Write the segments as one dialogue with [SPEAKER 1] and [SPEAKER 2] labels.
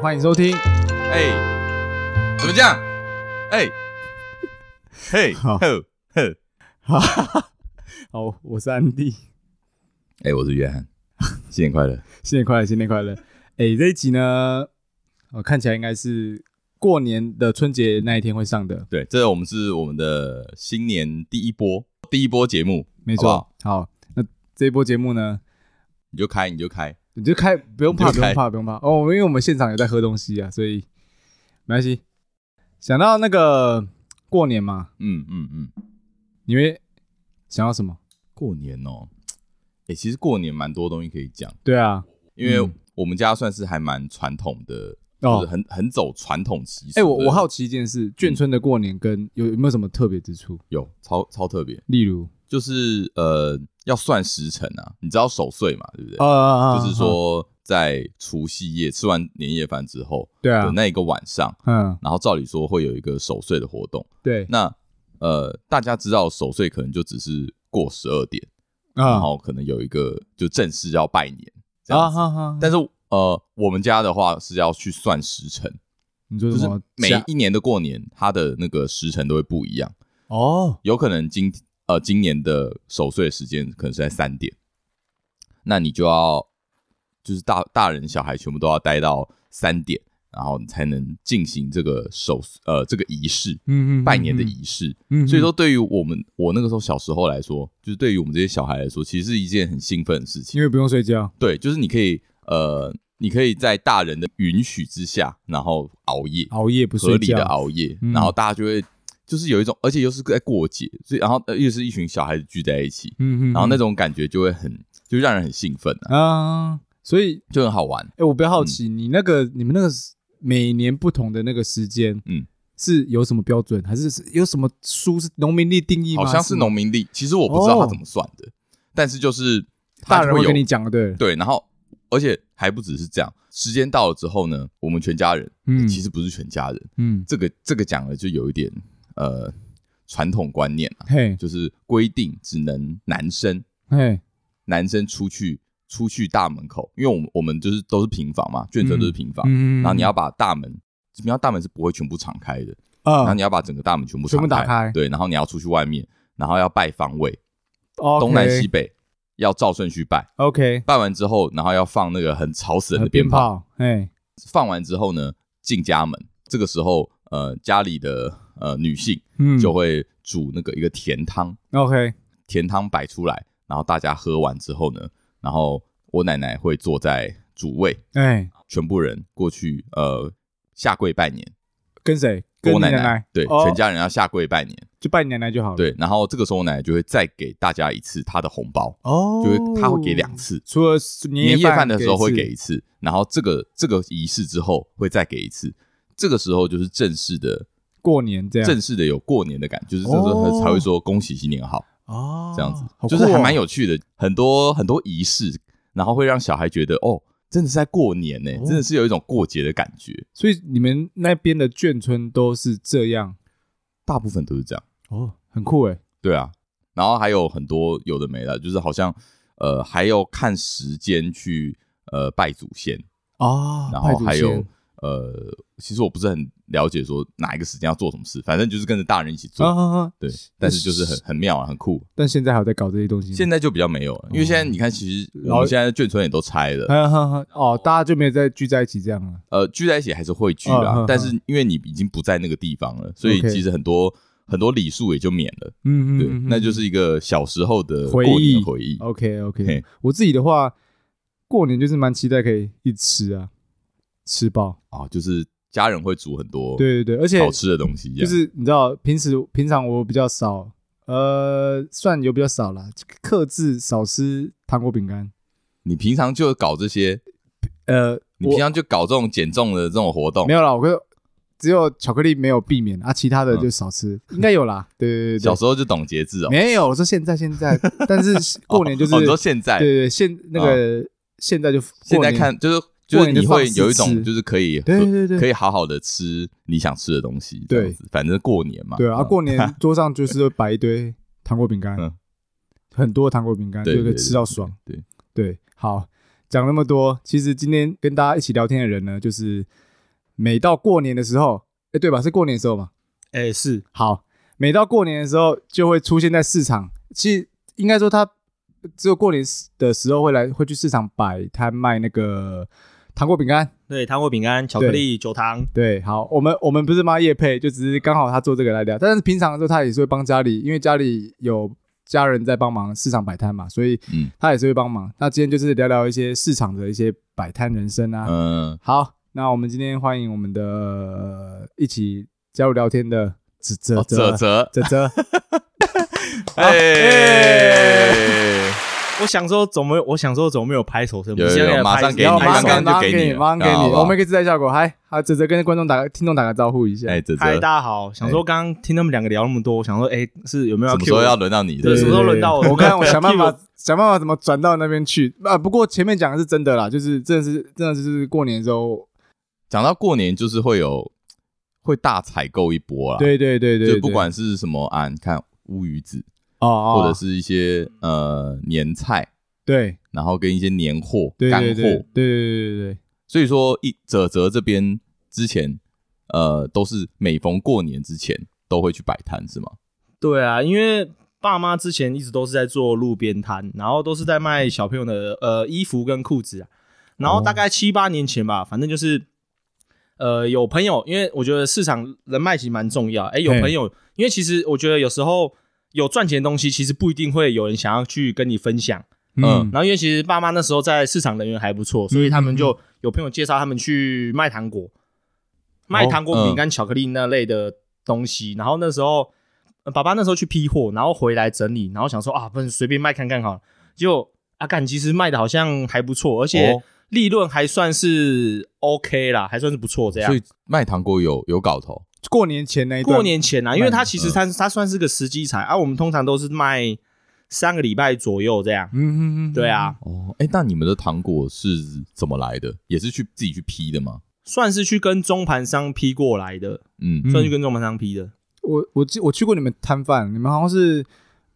[SPEAKER 1] 欢迎收听。
[SPEAKER 2] 哎、怎么这样？哎、嘿，
[SPEAKER 1] 好
[SPEAKER 2] 呵呵，哎、
[SPEAKER 1] 好，哦我是安迪，
[SPEAKER 2] 哎我是约翰，新年快乐！
[SPEAKER 1] 新年快乐，新年快乐。哎，这一集呢，呃，看起来应该是过年的春节那一天会上的，
[SPEAKER 2] 对，这我们是我们的新年第一波，第一波节目，
[SPEAKER 1] 没
[SPEAKER 2] 好
[SPEAKER 1] 错。好，那这一波节目呢，
[SPEAKER 2] 你就开，你就开，
[SPEAKER 1] 你就开，不用怕，
[SPEAKER 2] 你
[SPEAKER 1] 不
[SPEAKER 2] 就开
[SPEAKER 1] 用怕，不用怕哦，因为我们现场有在喝东西啊，所以没关系。想到那个过年嘛，
[SPEAKER 2] 嗯嗯嗯。
[SPEAKER 1] 你会想要什么？
[SPEAKER 2] 过年哦，哎、其实过年蛮多东西可以讲，
[SPEAKER 1] 对啊，
[SPEAKER 2] 因为
[SPEAKER 1] 嗯
[SPEAKER 2] 我们家算是还蛮传统的，就是
[SPEAKER 1] 哦，
[SPEAKER 2] 很很走传统习俗的。
[SPEAKER 1] 哎，我我好奇一件事，眷村的过年跟有有没有什么特别之处？
[SPEAKER 2] 有超超特别，
[SPEAKER 1] 例如，
[SPEAKER 2] 就是呃要算时辰啊，你知道守岁嘛，对不对？
[SPEAKER 1] 啊啊
[SPEAKER 2] 就是，说在除夕夜吃完年夜饭之后
[SPEAKER 1] 对啊
[SPEAKER 2] 的，那一个晚上，
[SPEAKER 1] 嗯，
[SPEAKER 2] 然后照理说会有一个守岁的活动。
[SPEAKER 1] 对，
[SPEAKER 2] 那呃，大家知道守岁可能就只是过十二点，然
[SPEAKER 1] 啊
[SPEAKER 2] 后可能有一个就正式要拜年这
[SPEAKER 1] 啊
[SPEAKER 2] 样子。
[SPEAKER 1] 哈哈，
[SPEAKER 2] 但是呃，我们家的话是要去算时辰，
[SPEAKER 1] 你说
[SPEAKER 2] 就
[SPEAKER 1] 什
[SPEAKER 2] 是
[SPEAKER 1] 么
[SPEAKER 2] 每
[SPEAKER 1] 家
[SPEAKER 2] 一年的过年，它的那个时辰都会不一样。
[SPEAKER 1] 哦，
[SPEAKER 2] 有可能今呃今年的守岁时间可能是在三点，那你就要就是大大人小孩全部都要待到三点，然后你才能进行这个守呃这个仪式，
[SPEAKER 1] 嗯嗯，
[SPEAKER 2] 拜年的仪式。
[SPEAKER 1] 嗯，嗯
[SPEAKER 2] 所以说，对于我们我那个时候小时候来说，就是对于我们这些小孩来说，其实是一件很兴奋的事情
[SPEAKER 1] 因。为不用睡觉，
[SPEAKER 2] 对，就是你可以呃，你可以在大人的允许之下，然后熬夜，
[SPEAKER 1] 熬夜不
[SPEAKER 2] 合
[SPEAKER 1] 睡
[SPEAKER 2] 理的
[SPEAKER 1] 觉，
[SPEAKER 2] 熬夜，
[SPEAKER 1] 嗯
[SPEAKER 2] 然后大家就会就是有一种，而且又是在过节，所以然后呃又是一群小孩子聚在一起，
[SPEAKER 1] 嗯嗯，
[SPEAKER 2] 然后那
[SPEAKER 1] 种
[SPEAKER 2] 种感觉就会很就让人很兴奋啊，
[SPEAKER 1] 啊，所以
[SPEAKER 2] 就很好玩。
[SPEAKER 1] 哎，我比较好
[SPEAKER 2] 嗯
[SPEAKER 1] 奇，你那个你们那个是每年不同的那个时间，
[SPEAKER 2] 嗯，
[SPEAKER 1] 是有什么标准，还是是有什么书是农民历定义吗？
[SPEAKER 2] 好像是
[SPEAKER 1] 吗
[SPEAKER 2] 农民历，其实我不知道
[SPEAKER 1] 哦
[SPEAKER 2] 它怎么算的，但是就是它
[SPEAKER 1] 大人
[SPEAKER 2] 就
[SPEAKER 1] 会
[SPEAKER 2] 会有
[SPEAKER 1] 跟你讲的，对，
[SPEAKER 2] 对，然后而且还不只是这样，时间到了之后呢，我们全家人，
[SPEAKER 1] 嗯
[SPEAKER 2] 其实不是全家人，
[SPEAKER 1] 嗯，
[SPEAKER 2] 这个这个讲了就有一点呃传统观念啊，
[SPEAKER 1] 嘿
[SPEAKER 2] 就是规定只能男生
[SPEAKER 1] 嘿，
[SPEAKER 2] 男生出去出去大门口，因为我们我们就是都是平房嘛，眷村都是平房，
[SPEAKER 1] 嗯，
[SPEAKER 2] 然后你要把大门，你要大门是不会全部敞开的，然后
[SPEAKER 1] 啊
[SPEAKER 2] 你，要把整个大门全部
[SPEAKER 1] 全部
[SPEAKER 2] 敞
[SPEAKER 1] 打开
[SPEAKER 2] 对，然后你要出去外面，然后要拜方位，
[SPEAKER 1] 东
[SPEAKER 2] 东南西北要照顺序拜，
[SPEAKER 1] ，OK，呃
[SPEAKER 2] 拜完之后，然后要放那个很吵死人的鞭
[SPEAKER 1] 鞭
[SPEAKER 2] 炮，
[SPEAKER 1] 炮，嘿，
[SPEAKER 2] 放完之后呢，进家门，这个时候呃家里的呃女性
[SPEAKER 1] 嗯，
[SPEAKER 2] 就会煮那个一个甜汤，
[SPEAKER 1] OK，
[SPEAKER 2] 甜汤摆出来，然后大家喝完之后呢，然后我奶奶会坐在主位，
[SPEAKER 1] 哎，
[SPEAKER 2] 全部人过去呃下跪拜年。
[SPEAKER 1] 跟谁？跟
[SPEAKER 2] 跟
[SPEAKER 1] 你
[SPEAKER 2] 我奶哦
[SPEAKER 1] 奶奶，
[SPEAKER 2] 对，
[SPEAKER 1] 哦
[SPEAKER 2] 全家人要下跪拜年，
[SPEAKER 1] 就拜你奶奶就好了，
[SPEAKER 2] 对。然后这个时候我奶奶就会再给大家一次她的红包，
[SPEAKER 1] 哦，
[SPEAKER 2] 就是她会给两，次，
[SPEAKER 1] 除了年
[SPEAKER 2] 年夜饭的时候会
[SPEAKER 1] 给
[SPEAKER 2] 给
[SPEAKER 1] 一次，
[SPEAKER 2] 一次，然后这个这个仪式之后会再给一次。这个时候就是正式的，
[SPEAKER 1] 过年这样，
[SPEAKER 2] 正式的有过年的感觉，就是这时候
[SPEAKER 1] 哦
[SPEAKER 2] 才会说恭喜新年好。
[SPEAKER 1] 哦
[SPEAKER 2] 这样子，
[SPEAKER 1] 好
[SPEAKER 2] 就是
[SPEAKER 1] 酷哦
[SPEAKER 2] 还蛮有趣的，很多很多仪式，然后会让小孩觉得哦，真的是在过年呢、
[SPEAKER 1] 哦
[SPEAKER 2] 真的是有一种过节的感觉。
[SPEAKER 1] 所以你们那边的眷村都是这样
[SPEAKER 2] 大部分都是这样，
[SPEAKER 1] 哦，很酷哎，
[SPEAKER 2] 对啊。然后还有很多有的没的，就是好像呃还有看时间去呃拜祖先，
[SPEAKER 1] 哦，
[SPEAKER 2] 然
[SPEAKER 1] 拜
[SPEAKER 2] 后
[SPEAKER 1] 祖
[SPEAKER 2] 还有
[SPEAKER 1] 先
[SPEAKER 2] 呃，其实我不是很了解说哪一个时间要做什么事，反正就是跟着大人一起做。
[SPEAKER 1] 啊啊，啊
[SPEAKER 2] 对，但是就是很很妙啊，很酷。
[SPEAKER 1] 但现在还有在搞这些东西吗，
[SPEAKER 2] 现在就比较没有了，因为现在你看，其实我
[SPEAKER 1] 嗯老
[SPEAKER 2] 们现在眷村也都拆 了，
[SPEAKER 1] 啊哈哈哦，大家就没有再聚在一起这样了，
[SPEAKER 2] 呃，聚在一起还是会聚
[SPEAKER 1] 嗯哼
[SPEAKER 2] 啦
[SPEAKER 1] 哼，
[SPEAKER 2] 但是因为你已经不在那个地方了，所以
[SPEAKER 1] OK
[SPEAKER 2] 其实很多很多礼数也就免了。
[SPEAKER 1] 嗯
[SPEAKER 2] 对，那就是一个小时候的
[SPEAKER 1] 回忆
[SPEAKER 2] 过
[SPEAKER 1] 哦
[SPEAKER 2] 年的回忆。
[SPEAKER 1] OK OK
[SPEAKER 2] 嘿。
[SPEAKER 1] 我自己的话，过年就是蛮期待可以一吃啊，吃饱，
[SPEAKER 2] 啊，就是家人会煮很多
[SPEAKER 1] 对对对，而且
[SPEAKER 2] 好吃的东西，这
[SPEAKER 1] 就
[SPEAKER 2] 样
[SPEAKER 1] 是你知道，平时平常我比较少，呃，蒜油比较少啦，克制少吃糖果饼干。
[SPEAKER 2] 你平常就搞这些，
[SPEAKER 1] 呃，
[SPEAKER 2] 你平常就搞这种减重的这种活
[SPEAKER 1] 我
[SPEAKER 2] 动
[SPEAKER 1] 没，有啦，我会只有巧克力没有避免啊，其他的就少吃，应该有啦。对对对对
[SPEAKER 2] 嗯小时候就懂节制哦。
[SPEAKER 1] 没有，我说现在现 在，但是过年就是、
[SPEAKER 2] 哦哦你说现
[SPEAKER 1] 对
[SPEAKER 2] 在啊
[SPEAKER 1] 对对，现那个、现在就
[SPEAKER 2] 现
[SPEAKER 1] 过
[SPEAKER 2] 在
[SPEAKER 1] 年
[SPEAKER 2] 看就是
[SPEAKER 1] 过
[SPEAKER 2] 就是
[SPEAKER 1] 年就
[SPEAKER 2] 你会
[SPEAKER 1] 放肆
[SPEAKER 2] 有一
[SPEAKER 1] 吃
[SPEAKER 2] 种就是可以
[SPEAKER 1] 对对对
[SPEAKER 2] 可以好好的吃你想吃的东西，
[SPEAKER 1] 对
[SPEAKER 2] 这样子，反正过年嘛，
[SPEAKER 1] 对啊，
[SPEAKER 2] 嗯
[SPEAKER 1] 过年桌上就是会摆一堆糖果饼干，
[SPEAKER 2] 嗯
[SPEAKER 1] 很多糖果饼干，就
[SPEAKER 2] 对对
[SPEAKER 1] 可以
[SPEAKER 2] 对
[SPEAKER 1] 吃到爽。
[SPEAKER 2] 对
[SPEAKER 1] 对，好，讲那么多，其实今天跟大家一起聊天的人呢，就是每到过年的时候，哎，对吧？是过年的时候嘛？
[SPEAKER 3] 哎，是
[SPEAKER 1] 好，每到过年的时候就会出现在市场。其实应该说，他只有过年的时候会来，会去市场摆摊卖那个糖果饼干。
[SPEAKER 3] 对糖果、饼干、巧克力、酒糖，
[SPEAKER 1] 对，好，我们我们不是妈叶配，就只是刚好他做这个来聊。但是平常的时候，他也是会帮家里，因为家里有家人在帮忙市场摆摊嘛，所以
[SPEAKER 2] 嗯
[SPEAKER 1] 他也是会帮忙。那今天就是聊聊一些市场的一些摆摊人生啊。
[SPEAKER 2] 嗯、
[SPEAKER 1] 好，那我们今天欢迎我们的、呃一起加入聊天的泽泽
[SPEAKER 2] 哦泽泽，
[SPEAKER 1] 泽泽。
[SPEAKER 3] 哦
[SPEAKER 2] 哎，
[SPEAKER 3] 我想说怎么，我想说怎么没有拍手声？
[SPEAKER 2] 有
[SPEAKER 3] 我现在
[SPEAKER 2] 有有马上
[SPEAKER 3] 拍
[SPEAKER 2] 给
[SPEAKER 1] 然
[SPEAKER 2] 你
[SPEAKER 1] 后
[SPEAKER 3] 手
[SPEAKER 1] 马
[SPEAKER 3] 拍
[SPEAKER 1] 上
[SPEAKER 3] 手
[SPEAKER 2] 刚刚就
[SPEAKER 1] 给
[SPEAKER 2] 给你
[SPEAKER 1] 你，
[SPEAKER 2] 了
[SPEAKER 1] 马上给
[SPEAKER 2] 好
[SPEAKER 1] 你，
[SPEAKER 2] 不好
[SPEAKER 1] 我们可以自带效果。嗨，好，泽泽跟观众打个听众打个招呼一下。
[SPEAKER 2] 哎，泽
[SPEAKER 3] 嗨，
[SPEAKER 2] 泽，
[SPEAKER 3] 大家好，想说刚刚听他们两个聊那么多，我想说，哎，是有没有
[SPEAKER 2] 什
[SPEAKER 3] 要
[SPEAKER 2] 么
[SPEAKER 3] Q？
[SPEAKER 2] 时候要轮到你？
[SPEAKER 3] 对
[SPEAKER 2] 是
[SPEAKER 3] 什
[SPEAKER 2] 不是
[SPEAKER 3] 么时候轮到我
[SPEAKER 1] 我 看我想办
[SPEAKER 3] 替
[SPEAKER 1] 法想办法怎么转到那边去啊。不过前面讲的是真的啦，就是真的是真的是过年的时候，
[SPEAKER 2] 讲到过年，就是会有会大采购一波啦。
[SPEAKER 1] 对对对对，
[SPEAKER 2] 啊就不
[SPEAKER 1] 对
[SPEAKER 2] 管是什么啊，你看乌鱼子，
[SPEAKER 1] 哦
[SPEAKER 3] 啊
[SPEAKER 1] 哦，
[SPEAKER 2] 或者是一些呃年菜，
[SPEAKER 1] 对
[SPEAKER 2] 然后跟一些年货、
[SPEAKER 1] 对
[SPEAKER 2] 干
[SPEAKER 1] 对对对
[SPEAKER 2] 货
[SPEAKER 1] 对。对对对，
[SPEAKER 2] 所以说，一泽泽这边之前呃都是每逢过年之前都会去摆摊，是吗？
[SPEAKER 3] 对啊，因为爸妈之前一直都是在做路边摊，然后都是在卖小朋友的呃衣服跟裤子啊。然
[SPEAKER 2] 哦
[SPEAKER 3] 后大概七八年前吧，反正就是呃有朋友，因为我觉得市场人脉其实蛮重要。哎，有
[SPEAKER 1] 嘿
[SPEAKER 3] 朋友，因为其实我觉得有时候有赚钱的东西，其实不一定会有人想要去跟你分享。
[SPEAKER 1] 嗯
[SPEAKER 2] 嗯
[SPEAKER 3] 然后因为其实爸妈那时候在市场人员还不错，所以他们就有朋友介绍他们去卖糖果，卖糖果、
[SPEAKER 2] 嗯
[SPEAKER 3] 饼干、巧克力那类的东西。然后那时候呃爸爸那时候去批货，然后回来整理，然后想说啊，不能随便卖看看好了。结果啊，干其实卖的好像还不错，而且
[SPEAKER 2] 哦
[SPEAKER 3] 利润还算是 OK 啦，还算是不错这样
[SPEAKER 2] 所。以卖糖果有有搞头，
[SPEAKER 1] 过年前那一段，
[SPEAKER 3] 过年前啊，因为它其
[SPEAKER 2] 嗯
[SPEAKER 3] 实它它算是个时机财啊，我们通常都是卖三个礼拜左右这样。
[SPEAKER 1] 嗯嗯嗯，
[SPEAKER 3] 对啊，，
[SPEAKER 2] 哦，哎，那你们的糖果是怎么来的？也是去自己去批的吗？
[SPEAKER 3] 算是去跟中盘商批过来的，
[SPEAKER 2] 嗯，
[SPEAKER 1] 嗯
[SPEAKER 3] 算是跟中盘商批的。
[SPEAKER 1] 我我记我去过你们摊贩，你们好像是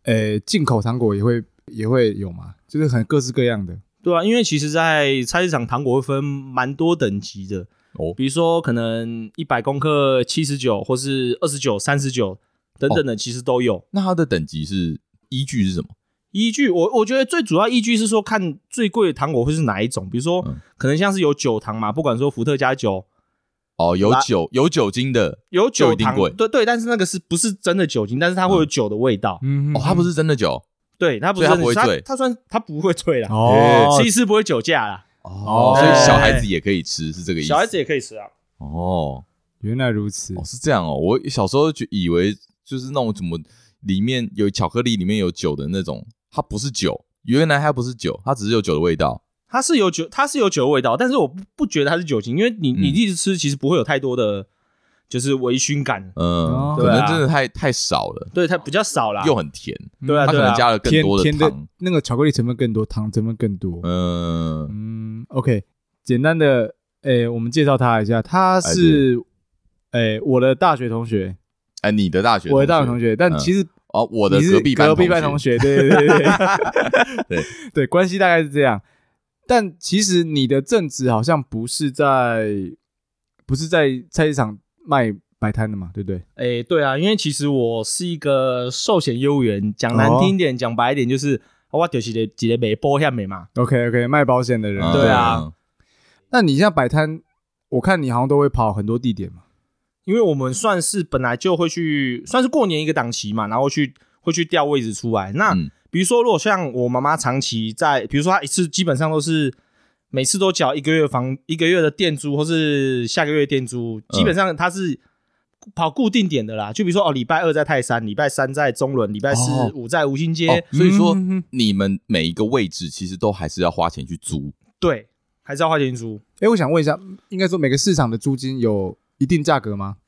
[SPEAKER 1] 呃进口糖果也会也会有嘛，就是很各式各样的。
[SPEAKER 3] 对啊，因为其实，在菜市场糖果会分蛮多等级的，
[SPEAKER 2] 哦，
[SPEAKER 3] 比如说可能一百公克七十九，或是二十九、三十九等等
[SPEAKER 2] 哦
[SPEAKER 3] 的，其实都有。
[SPEAKER 2] 那它的等级是依据是什么？
[SPEAKER 3] 依据我，我觉得最主要依据是说看最贵的糖果会是哪一种，比如说、
[SPEAKER 2] 嗯
[SPEAKER 3] 可能像是有酒糖嘛，不管说伏特加酒，
[SPEAKER 2] 哦，有
[SPEAKER 3] 来
[SPEAKER 2] 酒有酒精的
[SPEAKER 3] 有
[SPEAKER 2] 就
[SPEAKER 3] 酒
[SPEAKER 2] 一定
[SPEAKER 3] 糖
[SPEAKER 2] 贵，
[SPEAKER 3] 对对，但是那个是不是真的酒精？但是它会有酒的味道，
[SPEAKER 1] 嗯，
[SPEAKER 2] 哦，它不是真的酒
[SPEAKER 3] 对，它不是
[SPEAKER 2] 所以它
[SPEAKER 3] 真的
[SPEAKER 2] 不会
[SPEAKER 3] 它
[SPEAKER 2] 醉
[SPEAKER 3] 它算它不会醉啦，
[SPEAKER 1] 哦，
[SPEAKER 3] 其实不会酒驾啦，
[SPEAKER 1] 哦
[SPEAKER 2] 所以小孩子也可以吃，是这个意思。
[SPEAKER 3] 小孩子也可以吃啊。
[SPEAKER 2] 哦，
[SPEAKER 1] 原来如此
[SPEAKER 2] 哦，是这样哦。我小时候就以为就是那种怎么里面有巧克力，里面有酒的那种，它不是酒，原来它不是酒，它只是有酒的味道。
[SPEAKER 3] 它是有酒，它是有酒的味道，但是我不不觉得它是酒精，因为你
[SPEAKER 2] 嗯
[SPEAKER 3] 你一直吃，其实不会有太多的，就是微醺感，
[SPEAKER 2] 嗯，
[SPEAKER 1] 哦
[SPEAKER 2] 可
[SPEAKER 3] 对
[SPEAKER 2] 能
[SPEAKER 3] 啊
[SPEAKER 2] 真的太太少了，
[SPEAKER 3] 对，它比较少啦。
[SPEAKER 2] 又很甜，
[SPEAKER 3] 对啊，
[SPEAKER 2] 它可
[SPEAKER 3] 对
[SPEAKER 2] 能
[SPEAKER 3] 啊，
[SPEAKER 2] 加了
[SPEAKER 1] 嗯
[SPEAKER 2] 更
[SPEAKER 1] 甜
[SPEAKER 2] 多
[SPEAKER 1] 甜的
[SPEAKER 2] 糖。
[SPEAKER 1] 那个巧克力成分更多，糖成分更多。
[SPEAKER 2] 嗯，
[SPEAKER 1] 嗯，OK，简单的，诶、我们介绍他一下，他是，诶、我的大学同学，
[SPEAKER 2] 哎，你的大学，
[SPEAKER 1] 我的大学同，学，但
[SPEAKER 2] 嗯
[SPEAKER 1] 其实
[SPEAKER 2] 哦，我的
[SPEAKER 1] 你是
[SPEAKER 2] 隔壁班
[SPEAKER 1] 隔壁班
[SPEAKER 2] 同
[SPEAKER 1] 同
[SPEAKER 2] 学，
[SPEAKER 1] 学，对对对对
[SPEAKER 2] 对
[SPEAKER 1] 对，关系大概是这样。但其实你的正职好像不是在，不是在菜市场卖摆摊的嘛，对不对？
[SPEAKER 3] 哎，对啊，因为其实我是一个寿险业务员，讲难听一点，讲白一点就是。啊我就是一个一个卖保险的嘛，
[SPEAKER 1] OK OK，卖保险的人，
[SPEAKER 2] 嗯
[SPEAKER 3] 对啊，
[SPEAKER 1] 那你像摆摊，我看你好像都会跑很多地点嘛。
[SPEAKER 3] 因为我们算是本来就会去，算是过年一个档期嘛，然后去会去调位置出来。那、
[SPEAKER 2] 嗯
[SPEAKER 3] 比如说，如果像我妈妈长期在，比如说她一次基本上都是每次都缴一个月房一个月的店租，或是下个月的店租，
[SPEAKER 2] 嗯
[SPEAKER 3] 基本上她是跑固定点的啦。就比如说哦，礼拜二在泰山，礼拜三在中仑，礼拜四、
[SPEAKER 2] 哦
[SPEAKER 3] 五在吴兴街，
[SPEAKER 2] 哦，所以说
[SPEAKER 1] 嗯嗯嗯
[SPEAKER 2] 你们每一个位置其实都还是要花钱去租，
[SPEAKER 3] 对，还是要花钱租。
[SPEAKER 1] 诶，我想问一下，应该说每个市场的租金有一定价格吗？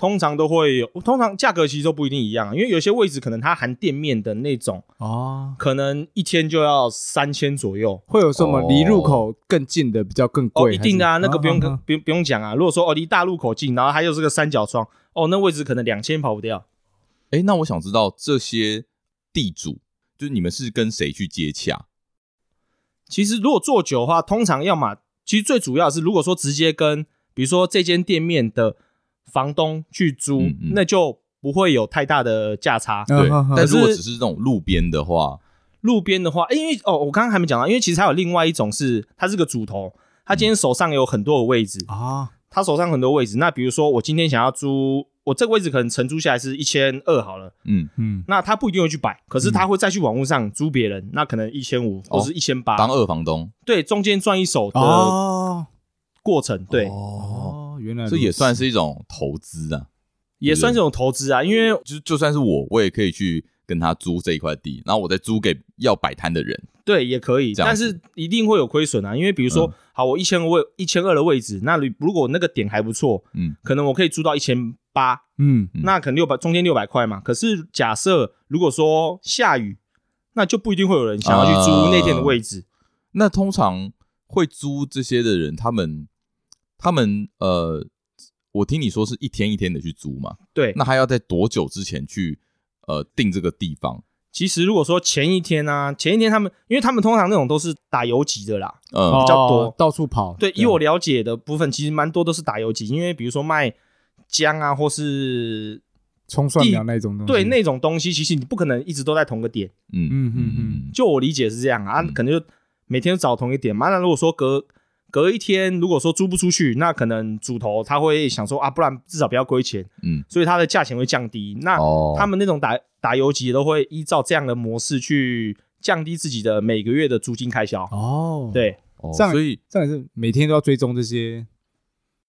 [SPEAKER 3] 通常都会有，通常价格其实都不一定一样，因为有些位置可能它含店面的那种，
[SPEAKER 1] 哦，
[SPEAKER 3] 可能一天就要三千左右。
[SPEAKER 1] 会有什么
[SPEAKER 2] 哦
[SPEAKER 1] 离入口更近的比较更
[SPEAKER 3] 哦，
[SPEAKER 1] 贵？
[SPEAKER 3] 一定的啊，
[SPEAKER 1] 还是
[SPEAKER 3] 那个不用
[SPEAKER 1] 啊
[SPEAKER 3] 跟、
[SPEAKER 1] 啊
[SPEAKER 3] 不用不用讲啊。如果说哦离大路口近，然后它又是个三角窗，哦那位置可能两千跑不掉。
[SPEAKER 2] 哎，那我想知道这些地主，就是你们是跟谁去接洽？
[SPEAKER 3] 其实如果做久的话，通常要么其实最主要是如果说直接跟，比比如说这间店面的房东去租，
[SPEAKER 2] 嗯嗯
[SPEAKER 3] 那就不会有太大的价差。
[SPEAKER 1] 嗯
[SPEAKER 2] 对
[SPEAKER 1] 嗯嗯，
[SPEAKER 2] 但
[SPEAKER 3] 可
[SPEAKER 2] 如果
[SPEAKER 3] 是
[SPEAKER 2] 只是这种路边的话，
[SPEAKER 3] 路边的话，诶因为哦，我刚刚还没讲到，因为其实还有另外一种是，他是个主头，他今天手上有很多的位置，
[SPEAKER 1] 啊，
[SPEAKER 3] 他手上很多位置。那比如说我今天想要租，我这个位置可能承租下来是一千二好了，
[SPEAKER 2] 嗯，
[SPEAKER 1] 嗯，
[SPEAKER 3] 那他不一定会去摆，可是他会再去网络上租别人，那可能一千五
[SPEAKER 2] 哦
[SPEAKER 3] 或是一千八
[SPEAKER 2] 当，二房东，
[SPEAKER 3] 对，中间赚一手的
[SPEAKER 1] 哦
[SPEAKER 3] 过程，对，
[SPEAKER 2] 哦，
[SPEAKER 1] 哦，原来
[SPEAKER 2] 这也算
[SPEAKER 1] 是
[SPEAKER 2] 是一种投资啊。
[SPEAKER 3] 也算是一种投资啊，因为
[SPEAKER 2] 就就算是我，我也可以去跟他租这一块地，然后我再租给要摆摊的人。
[SPEAKER 3] 对也可以，
[SPEAKER 2] 这样
[SPEAKER 3] 但是一定会有亏损啊，因为比如说，
[SPEAKER 2] 嗯
[SPEAKER 3] 好，我一千位一千二的位置，那如如果那个点还不错，
[SPEAKER 2] 嗯，
[SPEAKER 3] 可能我可以租到一千八，
[SPEAKER 1] 嗯
[SPEAKER 2] 嗯
[SPEAKER 3] 那可能六百中间六百块嘛。可是假设如果说下雨，那就不一定会有人想要去
[SPEAKER 2] 啊
[SPEAKER 3] 租那天的位置。
[SPEAKER 2] 那通常会租这些的人，他们他们呃，我听你说是一天一天的去租嘛，
[SPEAKER 3] 对，
[SPEAKER 2] 那他要在多久之前去呃定这个地方？
[SPEAKER 3] 其实如果说前一天啊，前一天他们，因为他们通常那种都是打游击的啦。
[SPEAKER 2] 嗯、
[SPEAKER 1] 哦比
[SPEAKER 3] 较多
[SPEAKER 1] 到处跑。
[SPEAKER 3] 对，以我了解的部分，其实蛮多都是打游击，因为比如说卖姜啊，或是
[SPEAKER 1] 葱蒜苗那种东西，
[SPEAKER 3] 对那种东西，其实你不可能一直都在同个点。
[SPEAKER 2] 嗯
[SPEAKER 1] 嗯嗯嗯
[SPEAKER 3] 就我理解是这样啊，啊
[SPEAKER 2] 嗯
[SPEAKER 3] 可能就每天都找同一点嘛。那如果说隔隔一天，如果说租不出去，那可能主头他会想说啊，不然至少不要亏钱，
[SPEAKER 2] 嗯，
[SPEAKER 3] 所以它的价钱会降低。那
[SPEAKER 2] 哦，
[SPEAKER 3] 他们那种打打游击都会依照这样的模式去降低自己的每个月的租金开销。
[SPEAKER 1] 哦，，
[SPEAKER 3] 对，
[SPEAKER 2] 哦
[SPEAKER 1] 这样
[SPEAKER 2] 所以
[SPEAKER 1] 这样也是每天都要追踪这些，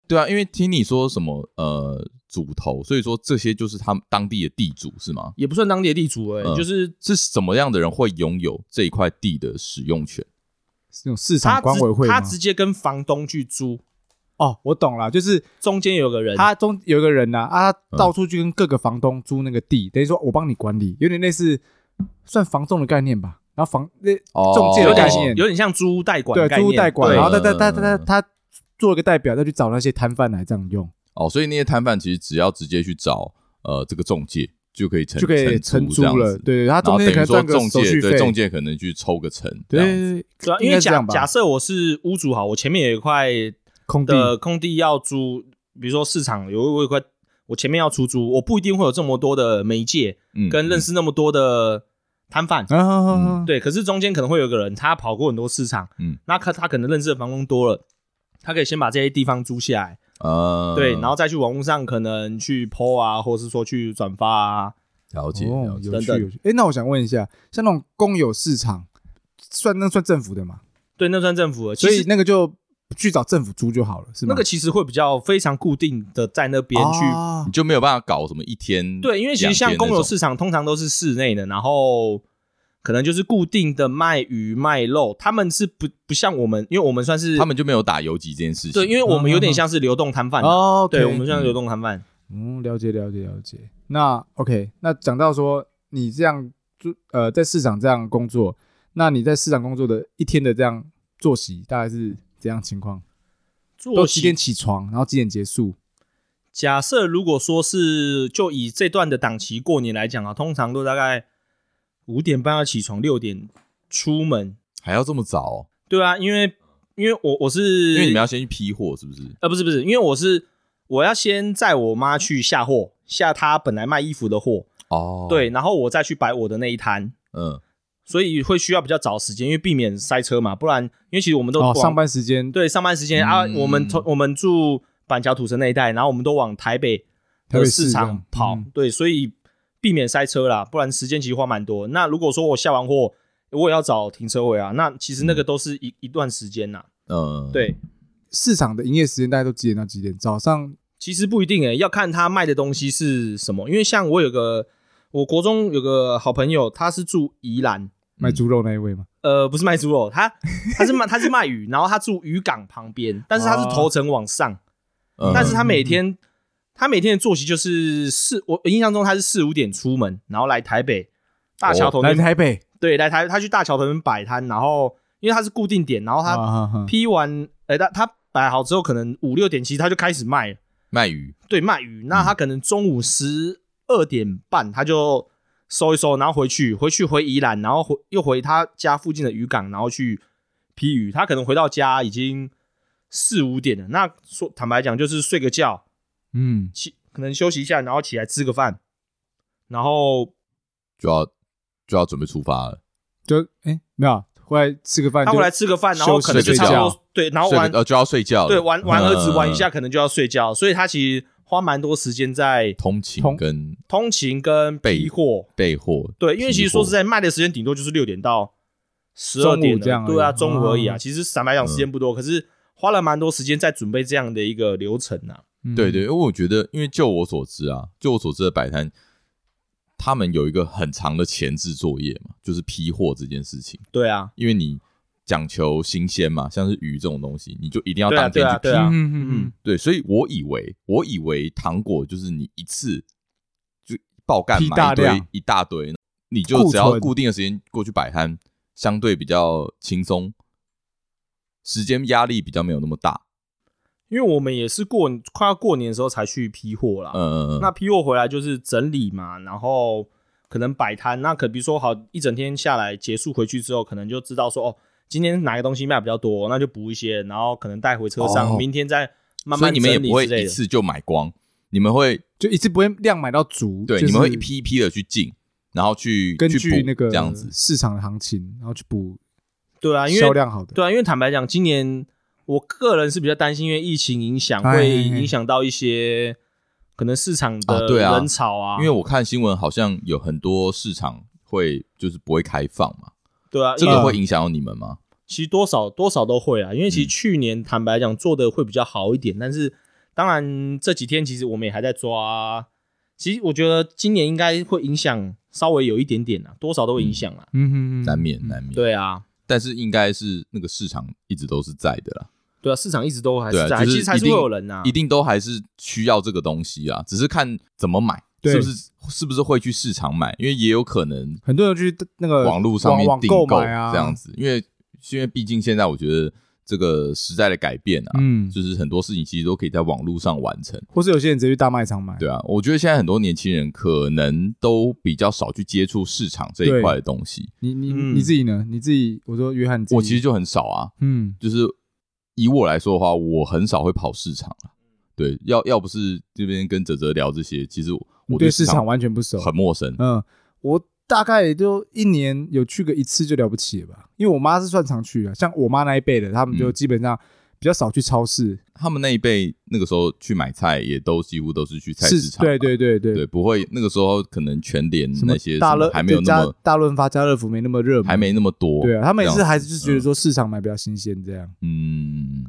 [SPEAKER 2] 对啊，因为听你说什么呃主头，所以说这些就是他们当地的地主是吗？
[SPEAKER 3] 也不算当地的地主哎、
[SPEAKER 2] 嗯
[SPEAKER 3] 就是
[SPEAKER 2] 是什么样的人会拥有这一块地的使用权？
[SPEAKER 1] 是那种市
[SPEAKER 3] 他
[SPEAKER 1] 场管委会
[SPEAKER 3] 直他
[SPEAKER 1] 吗？
[SPEAKER 3] 直接跟房东去租，
[SPEAKER 1] 哦，我懂了，就是
[SPEAKER 3] 中间有个人，
[SPEAKER 1] 他中有一个人呐，啊，
[SPEAKER 3] 嗯
[SPEAKER 1] 他到处去跟各个房东租那个地，等于说我帮你管理，有点类似算房仲的概念吧。然后房那
[SPEAKER 2] 哦
[SPEAKER 1] 中介
[SPEAKER 3] 有
[SPEAKER 1] 的概
[SPEAKER 3] 点
[SPEAKER 1] 念，
[SPEAKER 3] 有点像租屋代管的
[SPEAKER 1] 对
[SPEAKER 3] 概
[SPEAKER 1] 租
[SPEAKER 3] 念，
[SPEAKER 1] 屋代管，
[SPEAKER 2] 对
[SPEAKER 1] 然后他他他
[SPEAKER 2] 嗯
[SPEAKER 1] 他他做一个代表，再去找那些摊贩来这样用，
[SPEAKER 2] 哦，所以那些摊贩其实只要直接去找呃这个中介就可以承
[SPEAKER 1] 就可以
[SPEAKER 2] 承
[SPEAKER 1] 承
[SPEAKER 2] 租这样
[SPEAKER 1] 租了。
[SPEAKER 2] 子，
[SPEAKER 1] 对对，他
[SPEAKER 2] 然后
[SPEAKER 1] 啊中
[SPEAKER 2] 等
[SPEAKER 1] 间可
[SPEAKER 2] 于
[SPEAKER 1] 能
[SPEAKER 2] 说
[SPEAKER 1] 赚个
[SPEAKER 2] 中
[SPEAKER 1] 手
[SPEAKER 2] 介
[SPEAKER 1] 续
[SPEAKER 2] 对
[SPEAKER 1] 费，
[SPEAKER 2] 中介可能去抽个成，
[SPEAKER 1] 对
[SPEAKER 2] 这样子
[SPEAKER 1] 对，对
[SPEAKER 3] 对啊，
[SPEAKER 1] 应
[SPEAKER 3] 因为
[SPEAKER 1] 该是这
[SPEAKER 3] 假
[SPEAKER 1] 样吧
[SPEAKER 3] 假设我是屋主好，我前面有一块
[SPEAKER 1] 空地
[SPEAKER 3] 的空地要租，比如说市场有我有一块，我前面要出租，我不一定会有这么多的媒介
[SPEAKER 2] 嗯，
[SPEAKER 3] 跟认
[SPEAKER 2] 识
[SPEAKER 3] 识那么多的摊贩。
[SPEAKER 1] 啊，
[SPEAKER 3] 对，可是中间可能会有个人，他跑过很多市场，
[SPEAKER 2] 嗯
[SPEAKER 3] 嗯，那他他可能认识的房东多了，他可以先把这些地方租下
[SPEAKER 1] 嗯
[SPEAKER 3] 来，
[SPEAKER 2] 呃，
[SPEAKER 3] 对，然后再去网络上可能去 PO 啊，或是说去转发啊，
[SPEAKER 2] 了解了
[SPEAKER 1] 哦，
[SPEAKER 2] 解，
[SPEAKER 1] 有趣
[SPEAKER 3] 等等
[SPEAKER 1] 有趣。哎，那我想问一下，像那种公有市场，算那算政府的嘛？
[SPEAKER 3] 对，那算政府的，
[SPEAKER 1] 所
[SPEAKER 3] 其
[SPEAKER 1] 以
[SPEAKER 3] 实
[SPEAKER 1] 那个就去找政府租就好了，是吗？哦
[SPEAKER 3] 那个其实会比较非常固定的在那边去
[SPEAKER 2] 你就没有办法搞什么一天
[SPEAKER 3] 对，因为其实像公有市场通常都是室内的，然后可能就是固定的卖鱼卖肉，他们是不不像我们，因为我们算是
[SPEAKER 2] 两天那种他们就没有打游击这件事情，
[SPEAKER 3] 对，因为我们有点像是流动摊贩啊、
[SPEAKER 1] 嗯哦，
[SPEAKER 3] 对，我们
[SPEAKER 1] 样
[SPEAKER 3] 像流动摊贩，
[SPEAKER 1] 嗯，了解了解了解。那 OK，那讲到说你这样就呃在市场这样工作，那你在市场工作的一天的这样作息大概是怎样情况？
[SPEAKER 3] 做
[SPEAKER 1] 都几
[SPEAKER 3] 息
[SPEAKER 1] 点。起床，然后几点结束？
[SPEAKER 3] 假设如果说是就以这段的档期过年来讲啊，通常都大概五点半要起床，六点出门，
[SPEAKER 2] 还要这么早哦，
[SPEAKER 3] 对啊，因为因为我我是
[SPEAKER 2] 因为你们要先去批货，是不是？
[SPEAKER 3] 呃，不是不是，因为我是我要先载我妈去下货，下她本来卖衣服的货，
[SPEAKER 2] 哦，，
[SPEAKER 3] 对，然后我再去摆我的那一摊，
[SPEAKER 2] 嗯，
[SPEAKER 3] 所以会需要比较早时间，因为避免塞车嘛，不然因为其实我们都
[SPEAKER 1] 哦
[SPEAKER 3] 往，
[SPEAKER 1] 上班时间
[SPEAKER 3] 对上班时间、啊
[SPEAKER 2] 嗯，
[SPEAKER 3] 我们从我们住板桥土城那一带，然后我们都往台北
[SPEAKER 1] 台
[SPEAKER 3] 的
[SPEAKER 1] 北
[SPEAKER 3] 市
[SPEAKER 1] 市这
[SPEAKER 3] 场
[SPEAKER 1] 样
[SPEAKER 3] 跑，
[SPEAKER 1] 嗯
[SPEAKER 3] 对，所以避免塞车啦，不然时间其实花蛮多。那如果说我下完货，我也要找停车位啊，那其实那
[SPEAKER 1] 嗯
[SPEAKER 3] 个都是一、一段时间呐，
[SPEAKER 2] 嗯，
[SPEAKER 3] 对。
[SPEAKER 1] 市场的营业时间大概都几点到几点？早上
[SPEAKER 3] 其实不一定诶、欸要看他卖的东西是什么。因为像我有个，我国中有个好朋友，他是住宜兰，
[SPEAKER 1] 卖猪肉那一位吗？
[SPEAKER 3] 呃，不是卖猪肉，他他是卖他是卖鱼，然后他住渔港旁边，但是他
[SPEAKER 1] 哦
[SPEAKER 3] 是头层往上，
[SPEAKER 2] 嗯，
[SPEAKER 3] 但是他每天他每天的作息就是四，我印象中他是四五点出门，然后来台北大桥头那
[SPEAKER 1] 哦来
[SPEAKER 3] 边、
[SPEAKER 1] 台北
[SPEAKER 3] 对，来台他去大桥头那边摆摊，然后因为他是固定点，然后他
[SPEAKER 1] 啊哈哈
[SPEAKER 3] 批完，呃、他他摆好之后，可能五六点其实他就开始卖了。
[SPEAKER 2] 卖鱼，
[SPEAKER 3] 对卖
[SPEAKER 1] 嗯
[SPEAKER 3] 鱼，那他可能中午十二点半他就收一收，然后回去，回去回宜兰，然后回又回他家附近的渔港，然后去批鱼。他可能回到家已经四五点的。那说坦白讲，就是睡个觉，
[SPEAKER 1] 嗯，
[SPEAKER 3] 起可能休息一下，然后起来吃个饭，然后
[SPEAKER 2] 就要就要准备出发了，
[SPEAKER 1] 就哎、没有，回来吃个饭
[SPEAKER 3] 他
[SPEAKER 1] 就
[SPEAKER 3] 回来吃个饭，然后可能就差不
[SPEAKER 1] 睡个
[SPEAKER 3] 多对，然后
[SPEAKER 2] 睡
[SPEAKER 3] 玩
[SPEAKER 2] 个呃就要睡觉了，
[SPEAKER 3] 对玩玩儿子
[SPEAKER 2] 嗯
[SPEAKER 3] 玩一下，可能就要睡觉，所以他其实花蛮多时间在
[SPEAKER 2] 通勤
[SPEAKER 1] 通
[SPEAKER 2] 跟
[SPEAKER 3] 通勤跟批
[SPEAKER 2] 备
[SPEAKER 3] 货。
[SPEAKER 2] 备货，
[SPEAKER 3] 对，因为其实说实
[SPEAKER 2] 在，
[SPEAKER 3] 在，卖的时间顶多就是六点到十二点
[SPEAKER 1] 中午这样而已嗯
[SPEAKER 3] 了对啊，中午而已啊。
[SPEAKER 1] 哦
[SPEAKER 3] 其实坦白讲时间不多，可是花了蛮多时间在准备这样的一个流程啊。
[SPEAKER 1] 嗯
[SPEAKER 2] 对对，因为我觉得，因为就我所知啊，就我所知的摆摊，他们有一个很长的前置作业嘛，就是批货这件事情，
[SPEAKER 3] 对啊，
[SPEAKER 2] 因为你讲求新鲜嘛，像是鱼这种东西，你就一定要
[SPEAKER 3] 对啊
[SPEAKER 2] 当天
[SPEAKER 3] 对啊
[SPEAKER 2] 去批
[SPEAKER 3] 对啊
[SPEAKER 1] 嗯嗯嗯嗯，
[SPEAKER 2] 对，所以我以为，我以为糖果就是你一次就爆干
[SPEAKER 1] 批
[SPEAKER 2] 买
[SPEAKER 1] 大
[SPEAKER 2] 一堆
[SPEAKER 1] 量
[SPEAKER 2] 一大堆，你就
[SPEAKER 1] 库
[SPEAKER 2] 只要
[SPEAKER 1] 存
[SPEAKER 2] 固定的时间过去摆摊，相对比较轻松，时间压力比较没有那么大。
[SPEAKER 3] 因为我们也是过快要过年的时候才去批货啦。
[SPEAKER 2] 嗯嗯嗯，
[SPEAKER 3] 那批货回来就是整理嘛，然后可能摆摊。那可比如说好一整天下来结束回去之后，可能就知道说哦，今天哪个东西卖比较多，那就补一些，然后可能带回车上，
[SPEAKER 2] 哦
[SPEAKER 3] 明天再慢
[SPEAKER 2] 所以
[SPEAKER 3] 慢
[SPEAKER 2] 你们也
[SPEAKER 3] 整理
[SPEAKER 2] 不会
[SPEAKER 3] 之类
[SPEAKER 2] 一
[SPEAKER 3] 的。
[SPEAKER 2] 次就买光，你们会
[SPEAKER 1] 就一次不会量买到足，
[SPEAKER 2] 对，
[SPEAKER 1] 就是
[SPEAKER 2] 你们会一批一批的去进，然后去
[SPEAKER 1] 根
[SPEAKER 2] 去
[SPEAKER 1] 据
[SPEAKER 2] 补
[SPEAKER 1] 那个
[SPEAKER 2] 这样子。
[SPEAKER 1] 市场的行情，然后去补
[SPEAKER 3] 对啊，因
[SPEAKER 1] 销
[SPEAKER 3] 为
[SPEAKER 1] 量好的，
[SPEAKER 3] 对啊，因为坦白讲，今年我个人是比较担心，因为疫情影响
[SPEAKER 1] 哎
[SPEAKER 3] 会影响到一些可能市场
[SPEAKER 2] 啊
[SPEAKER 3] 的
[SPEAKER 2] 对啊
[SPEAKER 3] 人潮啊，
[SPEAKER 2] 因为我看新闻好像有很多市场会就是不会开放嘛，
[SPEAKER 3] 对啊，
[SPEAKER 2] 这
[SPEAKER 3] 因为
[SPEAKER 2] 个会影响到你们吗？
[SPEAKER 3] 其实多少多少都会啊，因为其实
[SPEAKER 2] 嗯
[SPEAKER 3] 去年坦白讲做的会比较好一点，但是当然这几天其实我们也还在抓，其实我觉得今年应该会影响稍微有一点点啊，多少都会影响啊。
[SPEAKER 1] 嗯哼嗯，
[SPEAKER 2] 难免
[SPEAKER 1] 嗯
[SPEAKER 2] 难免。
[SPEAKER 3] 对啊，
[SPEAKER 2] 但是应该是那个市场一直都是在的啦，
[SPEAKER 3] 对啊，市场一直都还是
[SPEAKER 2] 对啊
[SPEAKER 3] 在，
[SPEAKER 2] 就是
[SPEAKER 3] 其实还是
[SPEAKER 2] 一
[SPEAKER 3] 会
[SPEAKER 2] 定
[SPEAKER 3] 有人呐、啊
[SPEAKER 2] 一。定都还是需要这个东西啊，只是看怎么买，
[SPEAKER 1] 对
[SPEAKER 2] 是不是是不是会去市场买，因为也有可能
[SPEAKER 1] 很多人去那个
[SPEAKER 2] 网络上面
[SPEAKER 1] 呃网
[SPEAKER 2] 订
[SPEAKER 1] 购
[SPEAKER 2] 购
[SPEAKER 1] 买啊，
[SPEAKER 2] 这样，子，因为因为毕竟现在我觉得这个时代的改变啊，
[SPEAKER 1] 嗯，
[SPEAKER 2] 就是很多事情其实都可以在网络上完成，
[SPEAKER 1] 或是有些人直接去大卖场买，
[SPEAKER 2] 对啊，我觉得现在很多年轻人可能都比较少去接触市场这一
[SPEAKER 1] 对
[SPEAKER 2] 块的东西，
[SPEAKER 1] 你你
[SPEAKER 3] 嗯
[SPEAKER 1] 你自己呢？你自己，我说约翰，你自己
[SPEAKER 2] 我其实就很少啊，
[SPEAKER 1] 嗯，
[SPEAKER 2] 就是以我来说的话，我很少会跑市场啊。对，要要不是这边跟哲哲聊这些，其实我
[SPEAKER 1] 你
[SPEAKER 2] 我
[SPEAKER 1] 对市
[SPEAKER 2] 市
[SPEAKER 1] 场完全不熟，
[SPEAKER 2] 很陌生。
[SPEAKER 1] 嗯，我大概也就一年有去个一次就了不起了吧，因为我妈是算常去啊，像我妈那一辈的，他们就
[SPEAKER 2] 嗯
[SPEAKER 1] 基本上比较少去超市，
[SPEAKER 2] 他们那一辈那个时候去买菜，也都几乎都是去菜
[SPEAKER 1] 是
[SPEAKER 2] 市场嘛。
[SPEAKER 1] 对对对对，
[SPEAKER 2] 对，不会那个时候可能全联
[SPEAKER 1] 什么
[SPEAKER 2] 那些
[SPEAKER 1] 大
[SPEAKER 2] 什么
[SPEAKER 1] 润
[SPEAKER 2] 还没有
[SPEAKER 1] 对
[SPEAKER 2] 那
[SPEAKER 1] 家
[SPEAKER 2] 么
[SPEAKER 1] 大润发、家乐福没那么热门，
[SPEAKER 2] 还没那么多。
[SPEAKER 1] 对啊，他们也
[SPEAKER 2] 这
[SPEAKER 1] 是
[SPEAKER 2] 样
[SPEAKER 1] 还是觉得说市场买比较新鲜这样，
[SPEAKER 2] 嗯，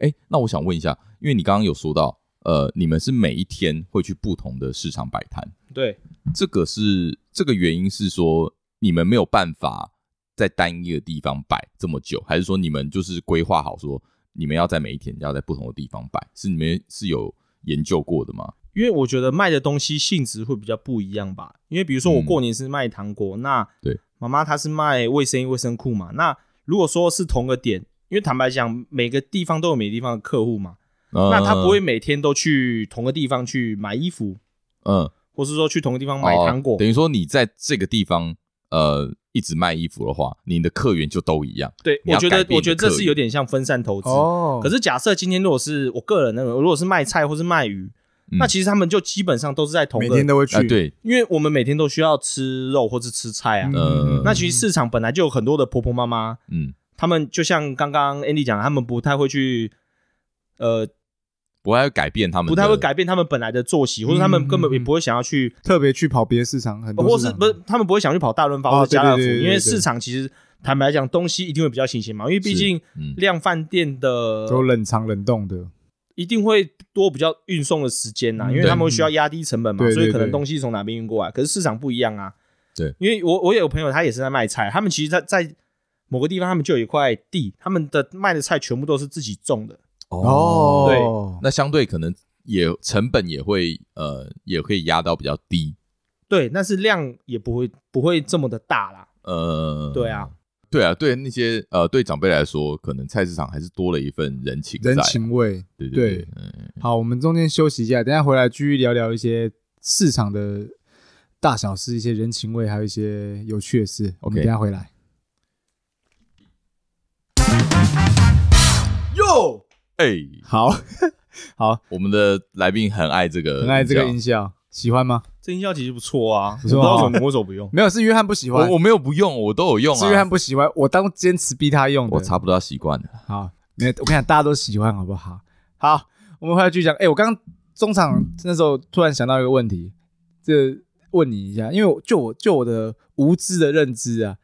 [SPEAKER 2] 哎、那我想问一下，因为你刚刚有说到，呃，你们是每一天会去不同的市场摆摊，
[SPEAKER 3] 对，
[SPEAKER 2] 这个是这个原因是说你们没有办法在单一的地方摆这么久，还是说你们就是规划好说你们要在每一天要在不同的地方摆？是你们是有研究过的吗？
[SPEAKER 3] 因为我觉得卖的东西性质会比较不一样吧。因为比如说我过年是卖糖果，那
[SPEAKER 2] 嗯对
[SPEAKER 3] 妈妈她是卖卫生衣、卫生裤嘛。那如果说是同个点，因为坦白讲，每个地方都有每个地方的客户嘛，
[SPEAKER 2] 嗯
[SPEAKER 3] 那他不会每天都去同个地方去买衣服，
[SPEAKER 2] 嗯
[SPEAKER 3] 或是说去同个地方买糖果。
[SPEAKER 2] 哦等于说你在这个地方呃一直卖衣服的话，你的客源就都一样。
[SPEAKER 3] 对，
[SPEAKER 2] 你
[SPEAKER 3] 我
[SPEAKER 2] 要
[SPEAKER 3] 觉
[SPEAKER 2] 改
[SPEAKER 3] 得
[SPEAKER 2] 变
[SPEAKER 3] 我觉得
[SPEAKER 2] 你的
[SPEAKER 3] 这
[SPEAKER 2] 客
[SPEAKER 3] 是
[SPEAKER 2] 源
[SPEAKER 3] 有点像分散投资。
[SPEAKER 1] 哦
[SPEAKER 3] 可
[SPEAKER 1] 是
[SPEAKER 3] 是假设今天如果是我个人认为，如果是卖菜或是卖鱼，
[SPEAKER 2] 嗯
[SPEAKER 3] 那其实他们就基本上都是在同
[SPEAKER 1] 每
[SPEAKER 3] 个
[SPEAKER 1] 天，都会
[SPEAKER 2] 啊，
[SPEAKER 1] 去，
[SPEAKER 2] 对，
[SPEAKER 3] 因为我们每天都需要吃肉或是吃菜啊。
[SPEAKER 1] 嗯，
[SPEAKER 2] 呃
[SPEAKER 3] 那其实市场本来就有很多的婆婆妈妈，
[SPEAKER 2] 嗯，
[SPEAKER 3] 他们就像刚刚 Andy 讲的，他们不太会去，呃，
[SPEAKER 2] 不太会改变他们，
[SPEAKER 3] 不太会，改变他们本来的作息，或者他
[SPEAKER 2] 嗯
[SPEAKER 3] 们根本也不会想要去，
[SPEAKER 1] 特别去跑别的市场，很
[SPEAKER 3] 呃
[SPEAKER 1] 多
[SPEAKER 3] 或
[SPEAKER 1] 市
[SPEAKER 3] 是
[SPEAKER 1] 场
[SPEAKER 3] 不是他们不会想去跑大润发
[SPEAKER 1] 哦
[SPEAKER 3] 或者家乐福，
[SPEAKER 1] 对对对对
[SPEAKER 3] 因为
[SPEAKER 1] 对
[SPEAKER 3] 市场其实坦白讲，东西一定会比较新鲜嘛，因为毕
[SPEAKER 2] 是
[SPEAKER 3] 竟
[SPEAKER 2] 嗯，
[SPEAKER 3] 量饭店的
[SPEAKER 1] 都冷藏冷冻的，
[SPEAKER 3] 一定会多比较运送的时间呐、
[SPEAKER 1] 嗯
[SPEAKER 3] 因为他们会需要压低成本嘛，
[SPEAKER 1] 对
[SPEAKER 3] 所以可
[SPEAKER 1] 对
[SPEAKER 3] 能
[SPEAKER 1] 对
[SPEAKER 3] 东西从哪边运过来。可是市场不一样啊，
[SPEAKER 2] 对，
[SPEAKER 3] 因为我我有朋友他也是在卖菜，他们其实在在某个地方他们就有一块地，他们的卖的菜全部都是自己种的，
[SPEAKER 2] 哦
[SPEAKER 1] 哦，
[SPEAKER 2] 那相对可能也成本也会呃也可以压到比较低，
[SPEAKER 3] 对，但是量也不会不会这么的大啦，
[SPEAKER 2] 呃，
[SPEAKER 3] 对啊，
[SPEAKER 2] 对啊，对那些呃对长辈来说，可能菜市场还是多了一份人情在，
[SPEAKER 1] 人情味。
[SPEAKER 2] 对对
[SPEAKER 1] 对，
[SPEAKER 2] 嗯
[SPEAKER 1] 好，我们中间休息一下，等一下回来继续聊聊一些市场的大小事，一些人情味，还有一些有趣的事。我们等
[SPEAKER 2] OK
[SPEAKER 1] 一下回来。
[SPEAKER 3] 哟，
[SPEAKER 2] 哎、哎、
[SPEAKER 1] 好好，
[SPEAKER 2] 我们的来宾很爱嗯这个，
[SPEAKER 1] 很爱这个音效，喜欢吗？
[SPEAKER 3] 这音效其实不错啊，
[SPEAKER 1] 不错
[SPEAKER 3] 我不知道
[SPEAKER 1] 啊
[SPEAKER 3] 为什么我手不用。
[SPEAKER 1] 没有，是约翰不喜欢
[SPEAKER 2] 我，我没有不用，我都有用
[SPEAKER 1] 是约翰
[SPEAKER 2] 啊。
[SPEAKER 1] 不喜欢，我当坚持逼他用的。
[SPEAKER 2] 我差不多要习惯了。
[SPEAKER 1] 好，没有，我跟你讲，大家都喜欢，好不好？好，我们回来继续讲。哎、我刚刚中场那时候突然想到一个问题，这问你一下，因为我就我就我的无知的认知啊，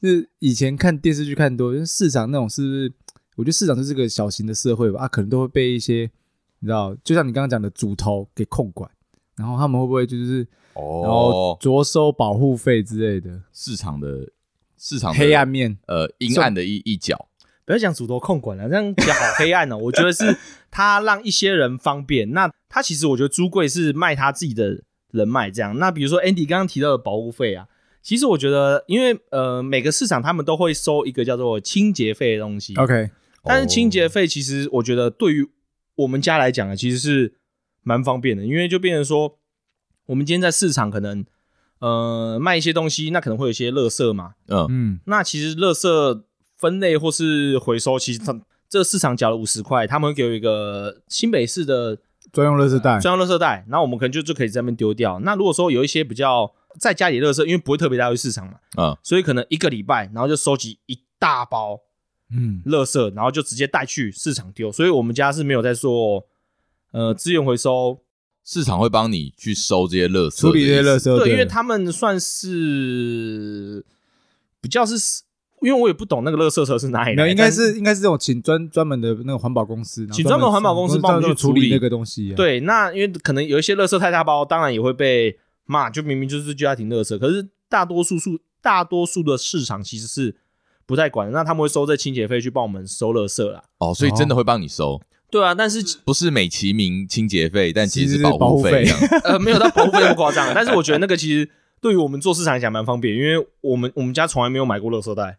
[SPEAKER 1] 就是以前看电视剧看多，就是市场那种是不是？我觉得市场就是个小型的社会吧，啊，可能都会被一些你知道，就像你刚刚讲的主头给控管，然后他们会不会就是然后
[SPEAKER 2] 哦，
[SPEAKER 1] 着收保护费之类的
[SPEAKER 2] 市场的市场的
[SPEAKER 1] 黑暗面？
[SPEAKER 2] 呃阴暗的一一角，
[SPEAKER 3] 不要讲主头控管了，这样讲好黑暗哦。我觉得是他让一些人方便。那他其实我觉得朱贵是卖他自己的人脉这样。那比如说 Andy 刚刚提到的保护费啊，其实我觉得，因为呃每个市场他们都会收一个叫做清洁费的东西。
[SPEAKER 1] OK，
[SPEAKER 3] 但是清洁费其实我觉得对于我们家来讲啊呢，其实是蛮方便的，因为就变成说，我们今天在市场可能呃卖一些东西，那可能会有一些垃圾嘛。
[SPEAKER 2] 嗯，
[SPEAKER 1] 嗯，
[SPEAKER 3] 那其实垃圾分类或是回收，其实它这个市场缴了五十块，他们会给我一个新北市的
[SPEAKER 1] 专用垃圾袋，
[SPEAKER 3] 专用垃圾袋，然后我们可能就就可以在那边丢掉。那如果说有一些比较在家里的垃圾，因为不会特别带回市场嘛，
[SPEAKER 2] 嗯，
[SPEAKER 3] 所以可能一个礼拜，然后就收集一大包
[SPEAKER 1] 嗯，
[SPEAKER 3] 垃圾，然后就直接带去市场丢。所以我们家是没有在做呃资源回收，
[SPEAKER 2] 市场会帮你去收这些垃圾，
[SPEAKER 1] 处理这些垃圾，
[SPEAKER 3] 对，
[SPEAKER 1] 对
[SPEAKER 3] 因为
[SPEAKER 1] 了
[SPEAKER 3] 他们算是比较是，因为我也不懂那个垃圾车是哪里来
[SPEAKER 1] 没
[SPEAKER 3] 的，
[SPEAKER 1] 有，应该
[SPEAKER 3] 但
[SPEAKER 1] 是应该是这种请专专门的那个环保公司，然后
[SPEAKER 3] 请专门环保公司帮我
[SPEAKER 1] 专门
[SPEAKER 3] 们
[SPEAKER 1] 去处
[SPEAKER 3] 做处
[SPEAKER 1] 理
[SPEAKER 3] 理
[SPEAKER 1] 那个东西、啊。，
[SPEAKER 3] 对，那因为可能有一些垃圾太大包，当然也会被骂，就明明就是家庭垃圾，可是大多数数大多数的市场其实是不太管的，那他们会收这清洁费去帮我们收垃圾啦。
[SPEAKER 2] 哦，所以真的会帮你收，
[SPEAKER 3] 对啊，但是
[SPEAKER 2] 不是美其名清洁费，但其实
[SPEAKER 1] 其实
[SPEAKER 2] 是
[SPEAKER 1] 是保护
[SPEAKER 2] 护
[SPEAKER 1] 费
[SPEAKER 2] 费这样。
[SPEAKER 3] 呃没有到保护费那么夸 张，啊但是我觉得那个其实对于我们做市场来讲蛮方便，因为我们我们家从来没有买过垃圾袋。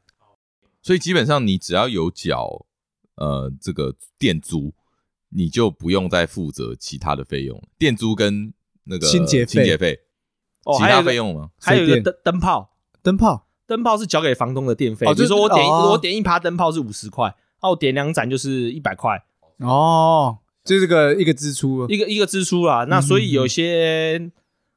[SPEAKER 2] 所以基本上你只要有缴呃这个店租，你就不用再负责其他的费用，店租跟那个
[SPEAKER 1] 清洁费
[SPEAKER 2] 清洁费，
[SPEAKER 3] 哦，
[SPEAKER 2] 其
[SPEAKER 3] 还有
[SPEAKER 2] 他
[SPEAKER 3] 一个
[SPEAKER 2] 费用吗？
[SPEAKER 3] 还有一个
[SPEAKER 1] 水电
[SPEAKER 3] 灯灯泡，
[SPEAKER 1] 灯泡
[SPEAKER 3] 灯泡是交给房东的电费，
[SPEAKER 1] 哦就
[SPEAKER 3] 比如
[SPEAKER 1] 是
[SPEAKER 3] 说我点一、
[SPEAKER 1] 哦
[SPEAKER 3] 我点一趴灯泡是五十块，那我点两盏就是一百块，
[SPEAKER 1] 哦，就这个一个支出，啊
[SPEAKER 3] 一个一个支出啦。那所以有些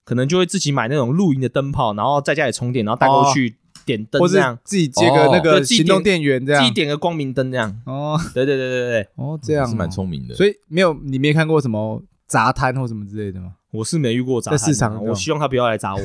[SPEAKER 3] 可能就会自己买那种露营的灯泡，然后在家里充电，然后带过去点灯
[SPEAKER 1] 或
[SPEAKER 3] 这
[SPEAKER 1] 是
[SPEAKER 3] 样，
[SPEAKER 1] 自己接个那
[SPEAKER 3] 哦
[SPEAKER 1] 个
[SPEAKER 3] 对自己
[SPEAKER 1] 行动电源这
[SPEAKER 3] 自己
[SPEAKER 1] 样。
[SPEAKER 3] 点个光明灯这样。
[SPEAKER 1] 哦
[SPEAKER 3] 对对对对对，
[SPEAKER 1] 哦，这样哦
[SPEAKER 2] 是蛮聪明的。
[SPEAKER 1] 所
[SPEAKER 2] 以
[SPEAKER 1] 以没有你没看过什么杂摊或什么之类的吗？
[SPEAKER 3] 我是没遇过砸
[SPEAKER 1] 在
[SPEAKER 3] 摊啊
[SPEAKER 1] 市场
[SPEAKER 3] 我希望他不要来砸我。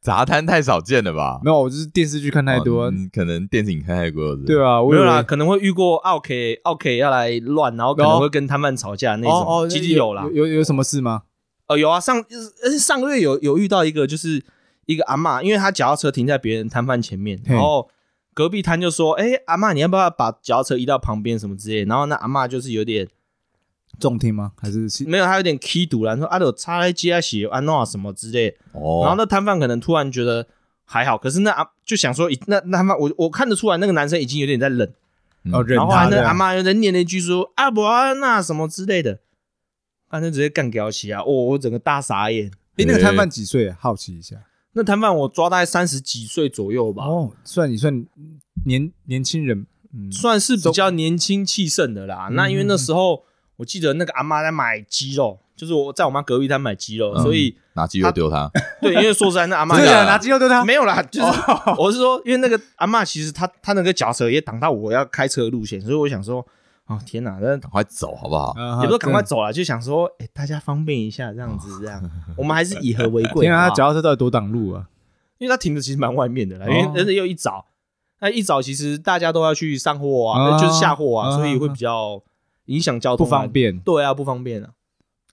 [SPEAKER 2] 杂摊太少见 了吧？
[SPEAKER 1] 没有，我就是电视剧看太多啊
[SPEAKER 2] 哦，你可能电影看太多了。
[SPEAKER 1] 对啊，我
[SPEAKER 3] 没
[SPEAKER 1] 以
[SPEAKER 3] 有
[SPEAKER 1] 为
[SPEAKER 3] 啦，可能会遇过奥 K 奥 K 要来乱，然后可能会跟摊贩吵架那
[SPEAKER 1] 哦
[SPEAKER 3] 种，
[SPEAKER 1] 哦，
[SPEAKER 3] 其实有啦。
[SPEAKER 1] 有有有什么事吗？
[SPEAKER 3] 哦，有啊，上呃上个月有有遇到一个，就是一个阿嬷，因为她脚踏车停在别人摊贩前面，
[SPEAKER 1] 嘿
[SPEAKER 3] 然后隔壁摊就说：“哎、阿嬷，你要不要把脚踏车移到旁边什么之类的？”然后那阿嬷就是有点
[SPEAKER 1] 重听吗？还是
[SPEAKER 3] 没有，她有点 k 堵了，说：“阿斗插在街啊血安诺什么之类的。”
[SPEAKER 2] 哦，
[SPEAKER 3] 然后那摊贩可能突然觉得还好，可是那阿就想说，那那摊贩我我看得出来，那个男生已经有点在冷，
[SPEAKER 2] 嗯
[SPEAKER 1] 哦忍
[SPEAKER 3] 然后
[SPEAKER 1] 他
[SPEAKER 3] 还
[SPEAKER 1] 这
[SPEAKER 3] 那阿
[SPEAKER 1] 样？
[SPEAKER 3] 嬷又在念了一句说：“阿伯那什么之类的。”反正直接干掉起啊！我、我整个大傻眼。
[SPEAKER 1] 哎，那个摊贩几岁啊？好奇一下。
[SPEAKER 3] 那摊贩我抓大概三十几岁左右吧，
[SPEAKER 1] 哦，算你算年年轻人，嗯，
[SPEAKER 3] 算是比较年轻气盛的啦。
[SPEAKER 1] 嗯
[SPEAKER 3] 那因为那时候我记得那个阿妈在买鸡肉，就是我在我妈隔壁摊买鸡肉，
[SPEAKER 2] 嗯
[SPEAKER 3] 所以
[SPEAKER 2] 拿鸡肉丢他，
[SPEAKER 3] 对，因为说实在，那阿妈
[SPEAKER 1] 真的
[SPEAKER 2] 这
[SPEAKER 1] 假
[SPEAKER 2] 个
[SPEAKER 1] 的拿肌肉对他？
[SPEAKER 3] 没有啦，就是
[SPEAKER 1] 哦
[SPEAKER 3] 我是说，因为那个阿妈其实她她那个脚车也挡到我要开车的路线，所以我想说，哦天哪，那
[SPEAKER 2] 赶快走好不好？
[SPEAKER 1] 啊
[SPEAKER 3] 也不是赶快
[SPEAKER 1] 对
[SPEAKER 3] 走了，就想说，哎、大家方便一下，这样子， 这样，我们还是以和为贵。
[SPEAKER 1] 天啊，他
[SPEAKER 3] 好不好
[SPEAKER 1] 脚踏车到底多挡路啊？
[SPEAKER 3] 因为他停的其实蛮外面的啦，因
[SPEAKER 1] 哦
[SPEAKER 3] 为而且又一早，那一早其实大家都要去上货啊，
[SPEAKER 1] 啊
[SPEAKER 3] 呃就是下货啊，
[SPEAKER 1] 啊
[SPEAKER 3] 所以会比较影响交
[SPEAKER 1] 不
[SPEAKER 3] 通啊，
[SPEAKER 1] 方便
[SPEAKER 3] 对啊，不方便啊。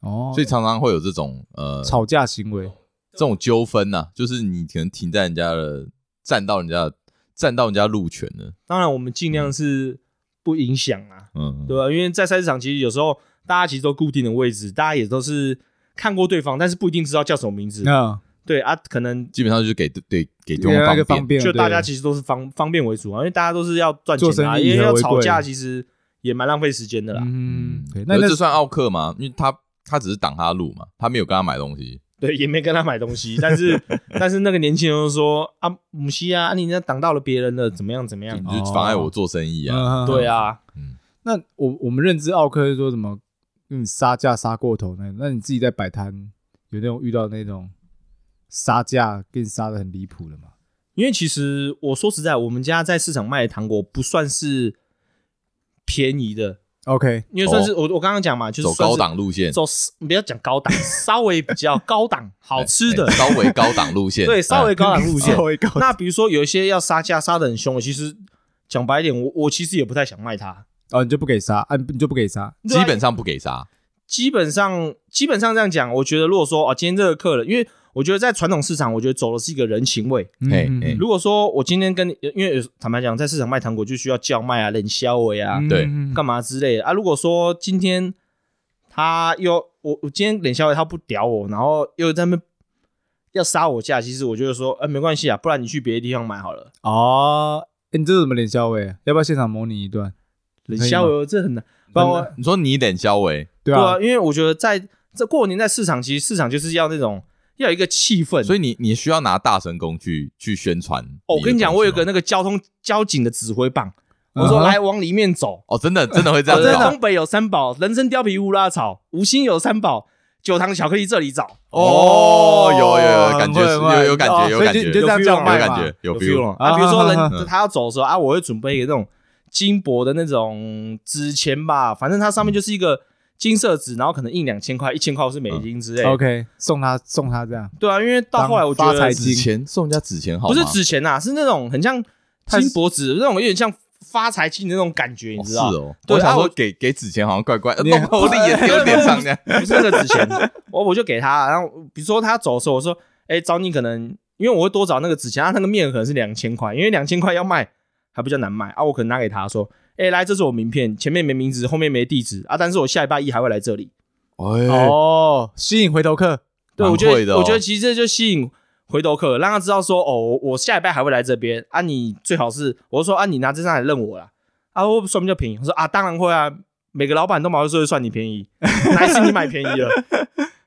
[SPEAKER 1] 哦，
[SPEAKER 2] 所以常常会有这种呃
[SPEAKER 1] 吵架行为
[SPEAKER 2] 这种纠纷呐，就是你可能停在人家的，占到人家的，占到人家路权了。
[SPEAKER 3] 当然，我们尽
[SPEAKER 1] 嗯
[SPEAKER 3] 量是不影响啊，
[SPEAKER 2] 嗯，
[SPEAKER 3] 对吧、因为在菜市场，其实有时候大家其实都固定的位置，大家也都是看过对方，但是不一定知道叫什么名字。
[SPEAKER 1] 啊，
[SPEAKER 3] 对啊，可能
[SPEAKER 2] 基本上就是给对对给
[SPEAKER 1] 因为那
[SPEAKER 2] 对
[SPEAKER 1] 个方
[SPEAKER 2] 方方
[SPEAKER 1] 便，
[SPEAKER 2] 便。
[SPEAKER 3] 就大家
[SPEAKER 1] 对
[SPEAKER 3] 其实都是方方便为主啊，因为大家都是要赚
[SPEAKER 1] 做
[SPEAKER 3] 钱啊，
[SPEAKER 1] 生意
[SPEAKER 3] 因为
[SPEAKER 1] 以和
[SPEAKER 3] 要
[SPEAKER 1] 为
[SPEAKER 3] 吵
[SPEAKER 1] 贵
[SPEAKER 3] 架其实也蛮浪费时间的啦。
[SPEAKER 1] 嗯，对那
[SPEAKER 2] 那
[SPEAKER 1] 那
[SPEAKER 2] 这算奥克吗？因为他他只是挡他的路嘛，他没有跟他买东西。
[SPEAKER 3] 对，也没跟他买东西，但是但是那个年轻人就说啊，母
[SPEAKER 2] 哦
[SPEAKER 3] 西啊，啊你那挡到了别人了，怎么样怎么样？
[SPEAKER 2] 你就妨碍我做生意
[SPEAKER 1] 嗯
[SPEAKER 2] 啊！
[SPEAKER 3] 对啊，
[SPEAKER 1] 那我我们认知奥克是说什么？因为你杀价杀过头那种，那你自己在摆摊有那种遇到那种杀价给你杀的很离谱的吗？
[SPEAKER 3] 因为其实我说实在，我们家在市场卖的糖果不算是便宜的，
[SPEAKER 1] OK，
[SPEAKER 3] 因为算是、我我刚刚讲嘛，就是
[SPEAKER 2] 哦走
[SPEAKER 3] 算
[SPEAKER 2] 高
[SPEAKER 3] 是
[SPEAKER 2] 档路线，
[SPEAKER 3] 走私不要讲高档，稍微比较高档好吃的
[SPEAKER 2] 哎，稍微高档路 线，
[SPEAKER 3] 对，稍微
[SPEAKER 2] 哎
[SPEAKER 3] 高档路线
[SPEAKER 1] 稍。微高
[SPEAKER 3] 那比如说有一些要杀价杀的很凶，我其实讲白一点，我我其实也不太想卖它。
[SPEAKER 1] 哦，你就不给杀，啊，你就不给杀，
[SPEAKER 3] 对啊
[SPEAKER 2] 基本上不给杀，
[SPEAKER 3] 基本上基本上这样讲，我觉得如果说哦，今天这个客人，因为我觉得在传统市场，我觉得走的是一个人情味。
[SPEAKER 2] 嘿
[SPEAKER 1] 嗯
[SPEAKER 2] 嘿
[SPEAKER 3] 如果说我今天跟你，因为坦白讲，在市场卖糖果就需要叫卖啊、冷销尾啊、
[SPEAKER 1] 嗯
[SPEAKER 2] 对
[SPEAKER 1] 嗯
[SPEAKER 3] 干嘛之类的啊。如果说今天他又我我今天冷笑话他不屌我，然后又在那边要杀我价，其实我就会说，呃，没关系啊，不然你去别的地方买好了。
[SPEAKER 1] 哦，哎，你这是什么脸消委？要不要现场模拟一段？
[SPEAKER 3] 冷笑
[SPEAKER 1] 可以吗
[SPEAKER 3] 话这很难，
[SPEAKER 1] 帮
[SPEAKER 3] 很
[SPEAKER 1] 我
[SPEAKER 3] 难
[SPEAKER 2] 你说你脸消微，
[SPEAKER 1] 对
[SPEAKER 3] 对
[SPEAKER 1] 啊
[SPEAKER 3] 啊，，因为我觉得在这过年在市场，其实市场就是要那种要有一个气氛。
[SPEAKER 2] 所
[SPEAKER 3] 以、
[SPEAKER 2] 以你你需要拿大神功去去宣传的东西吗。
[SPEAKER 3] 哦、我跟你讲，我有个那个交通交警的指挥棒，我
[SPEAKER 1] 嗯
[SPEAKER 3] 说
[SPEAKER 1] 哼
[SPEAKER 3] 来往里面走。
[SPEAKER 2] 哦，真的真的会这
[SPEAKER 3] 我
[SPEAKER 2] 样
[SPEAKER 3] 在
[SPEAKER 2] 搞
[SPEAKER 3] 东北有三宝：人参、貂皮、乌拉草；无心有三宝，九糖巧克力这里找。
[SPEAKER 2] 哦，有有有感觉
[SPEAKER 1] 很会很
[SPEAKER 2] 是
[SPEAKER 1] 会
[SPEAKER 2] 有有感
[SPEAKER 1] 哦
[SPEAKER 2] 觉有
[SPEAKER 1] 所以
[SPEAKER 2] 感
[SPEAKER 1] 就
[SPEAKER 2] 觉
[SPEAKER 1] 你就这样
[SPEAKER 3] feel
[SPEAKER 1] 叫
[SPEAKER 3] 了
[SPEAKER 1] 卖
[SPEAKER 2] 有
[SPEAKER 1] 嘛
[SPEAKER 2] 感觉有
[SPEAKER 3] feel
[SPEAKER 2] feel
[SPEAKER 3] 了啊！比如说
[SPEAKER 1] 啊哈
[SPEAKER 2] 哈哈
[SPEAKER 3] 人他要走的时候啊，我会准备一个那种金箔的那种纸钱吧，反正它上面就是一个金色纸，然后可能印两千块、一千块是美金之类的。
[SPEAKER 1] 嗯 OK，送他送他这样，
[SPEAKER 3] 对啊，因为到后来我觉
[SPEAKER 1] 当发财
[SPEAKER 3] 得
[SPEAKER 1] 金
[SPEAKER 2] 纸钱送人家纸钱好
[SPEAKER 3] 不
[SPEAKER 2] 吗
[SPEAKER 3] 是纸钱啊呐，是那种很像
[SPEAKER 1] 它是
[SPEAKER 3] 金箔纸，那种有点像发财金的那种感觉，你
[SPEAKER 2] 哦
[SPEAKER 3] 知
[SPEAKER 2] 是
[SPEAKER 3] 道？
[SPEAKER 2] 哦，
[SPEAKER 3] 对
[SPEAKER 2] 我想
[SPEAKER 3] 啊
[SPEAKER 2] 说
[SPEAKER 3] 我
[SPEAKER 2] 给给纸钱好像怪怪，呃
[SPEAKER 1] 你
[SPEAKER 2] 弄我的眼丢脸上这样。
[SPEAKER 3] 不是那个纸钱，我我就给他，啊然后比如说他走的时候，我说，哎、找你可能因为我会多找那个纸钱，他、啊那个面额可能是两千块，因为两千块要卖还比较难卖啊，我可能拿给他说，哎、来，这是我名片，前面没名字，后面没地址啊，但是我下礼拜一还会来这里。
[SPEAKER 2] 哎，
[SPEAKER 1] 哦，吸引回头客，
[SPEAKER 3] 对，
[SPEAKER 2] 蛮
[SPEAKER 3] 我觉
[SPEAKER 2] 会
[SPEAKER 3] 得、
[SPEAKER 2] 的哦
[SPEAKER 3] 我觉得其实这就吸引回头客，让他知道说，哦，我我下礼拜还会来这边啊，你最好是我就说啊，你拿这张来认我啦，啊，会不会算比较便宜？我说啊，当然会啊。每个老板都马上说会算你 便宜，哪一次你买便宜了？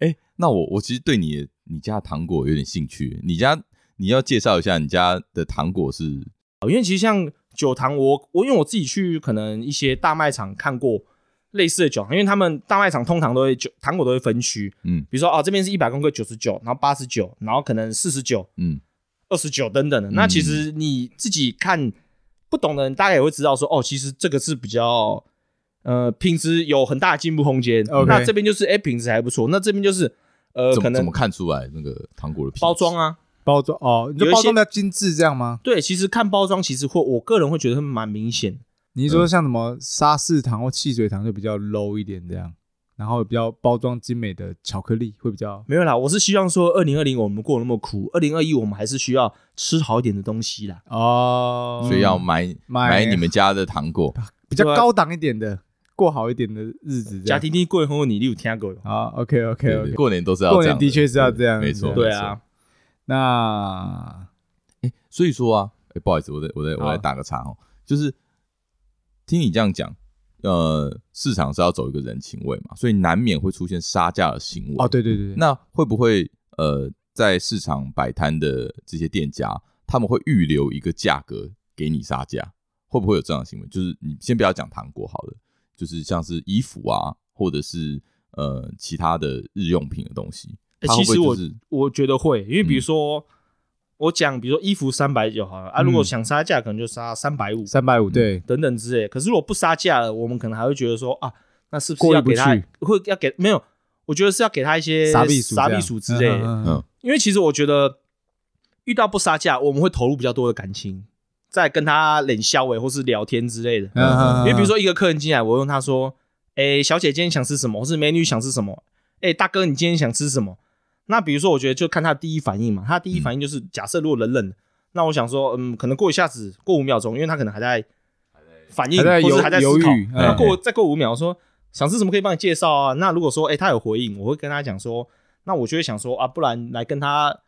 [SPEAKER 2] 哎，那我我其实对你的你家的糖果有点兴趣，你家你要介绍一下你家的糖果是
[SPEAKER 3] 因为其实像酒糖我，我因为我自己去可能一些大卖场看过类似的酒糖，因为他们大卖场通常都会酒糖果都会分区，
[SPEAKER 2] 嗯
[SPEAKER 3] 比如说哦这边是一百公克九十九，然后八十九，然后可能四十九、
[SPEAKER 2] 嗯
[SPEAKER 3] 二十九等等的。那其实你自己看不懂的人，大概也会知道说哦，其实这个是比较呃品质有很大的进步空间。
[SPEAKER 1] OK
[SPEAKER 3] 那这边就是哎品质还不错，那这边就是呃
[SPEAKER 2] 怎
[SPEAKER 3] 可
[SPEAKER 2] 么怎
[SPEAKER 3] 能
[SPEAKER 2] 么看出来那个糖果的品质
[SPEAKER 3] 包装啊，
[SPEAKER 1] 包装哦，你就
[SPEAKER 3] 有一
[SPEAKER 1] 包
[SPEAKER 3] 些
[SPEAKER 1] 装比较精致这样吗？
[SPEAKER 3] 对，其实看包装其实会我个人会觉得会蛮明显的。
[SPEAKER 1] 你是说
[SPEAKER 3] 嗯
[SPEAKER 1] 像什么沙士糖或汽水糖就比较 low 一点这样，然后比较包装精美的巧克力会比较
[SPEAKER 3] 没有啦，我是希望说，二零二零我们过得那么苦，二零二一我们还是需要吃好一点的东西啦。
[SPEAKER 1] 哦，
[SPEAKER 2] 所以要买
[SPEAKER 1] 买
[SPEAKER 2] 买你们家的糖果，
[SPEAKER 1] 比较
[SPEAKER 3] 对啊
[SPEAKER 1] 高档一点的，过好一点的日子这
[SPEAKER 3] 家
[SPEAKER 1] 样。
[SPEAKER 3] 庭地贵后你有听过吗？
[SPEAKER 1] 啊，OK OK
[SPEAKER 2] 对对
[SPEAKER 1] OK，
[SPEAKER 2] 过年都是要
[SPEAKER 1] 过
[SPEAKER 2] 这
[SPEAKER 1] 年
[SPEAKER 2] 样的，
[SPEAKER 1] 的确是要这样
[SPEAKER 2] 没错，
[SPEAKER 1] 这样
[SPEAKER 3] 对
[SPEAKER 2] 没错
[SPEAKER 3] 啊，，
[SPEAKER 1] 那
[SPEAKER 2] 所以说啊，哎，不好意思，我再我再我
[SPEAKER 1] 好
[SPEAKER 2] 再打个岔哦，就是听你这样讲，呃，市场是要走一个人情味嘛，所以难免会出现杀价的行为。
[SPEAKER 1] 哦，对对对，对
[SPEAKER 2] 那会不会呃，在市场摆摊的这些店家，他们会预留一个价格给你杀价？会不会有这样的行为？就是你先不要讲糖果好了，就是像是衣服啊，或者是呃其他的日用品的东西，
[SPEAKER 3] 欸
[SPEAKER 2] 它会
[SPEAKER 3] 其
[SPEAKER 2] 不会
[SPEAKER 3] 实我
[SPEAKER 2] 就是
[SPEAKER 3] 我觉得会，因为比如说、我讲，比如说衣服三百九好了啊，
[SPEAKER 1] 嗯
[SPEAKER 3] 如果想杀价，可能就杀三百五
[SPEAKER 1] 三百五对，
[SPEAKER 3] 等等之类。可是如果不杀价了，我们可能还会觉得说啊，那是不
[SPEAKER 1] 过
[SPEAKER 3] 是
[SPEAKER 1] 意
[SPEAKER 3] 要
[SPEAKER 1] 不
[SPEAKER 3] 给他
[SPEAKER 1] 去
[SPEAKER 3] 会要给没有？我觉得是要给他一些
[SPEAKER 1] 傻避暑
[SPEAKER 3] 傻
[SPEAKER 1] 这
[SPEAKER 3] 避
[SPEAKER 1] 样
[SPEAKER 3] 暑之类的，
[SPEAKER 1] 嗯嗯嗯
[SPEAKER 2] 嗯
[SPEAKER 3] 因为其实我觉得遇到不杀价，我们会投入比较多的感情，在跟他冷笑尾或是聊天之类的。
[SPEAKER 1] 嗯嗯嗯
[SPEAKER 3] 因为比如说一个客人进来，我问他说：“哎、小姐今天想吃什么？”或是美女想吃什么？哎、大哥你今天想吃什么？那比如说，我觉得就看他第一反应嘛。他
[SPEAKER 1] 嗯
[SPEAKER 3] 第一反应就是假设如果冷冷的，那我想说，嗯，可能过一下子，过五秒钟，因为他可能还在反应，
[SPEAKER 1] 还在
[SPEAKER 3] 或
[SPEAKER 1] 犹
[SPEAKER 3] 是还在
[SPEAKER 1] 犹
[SPEAKER 3] 思考
[SPEAKER 1] 豫。
[SPEAKER 3] 那
[SPEAKER 2] 嗯
[SPEAKER 3] 过再过五秒，我说想吃什么可以帮你介绍啊。那如果说哎、他有回应，我会跟他讲说，那我就会想说啊，不然来跟他。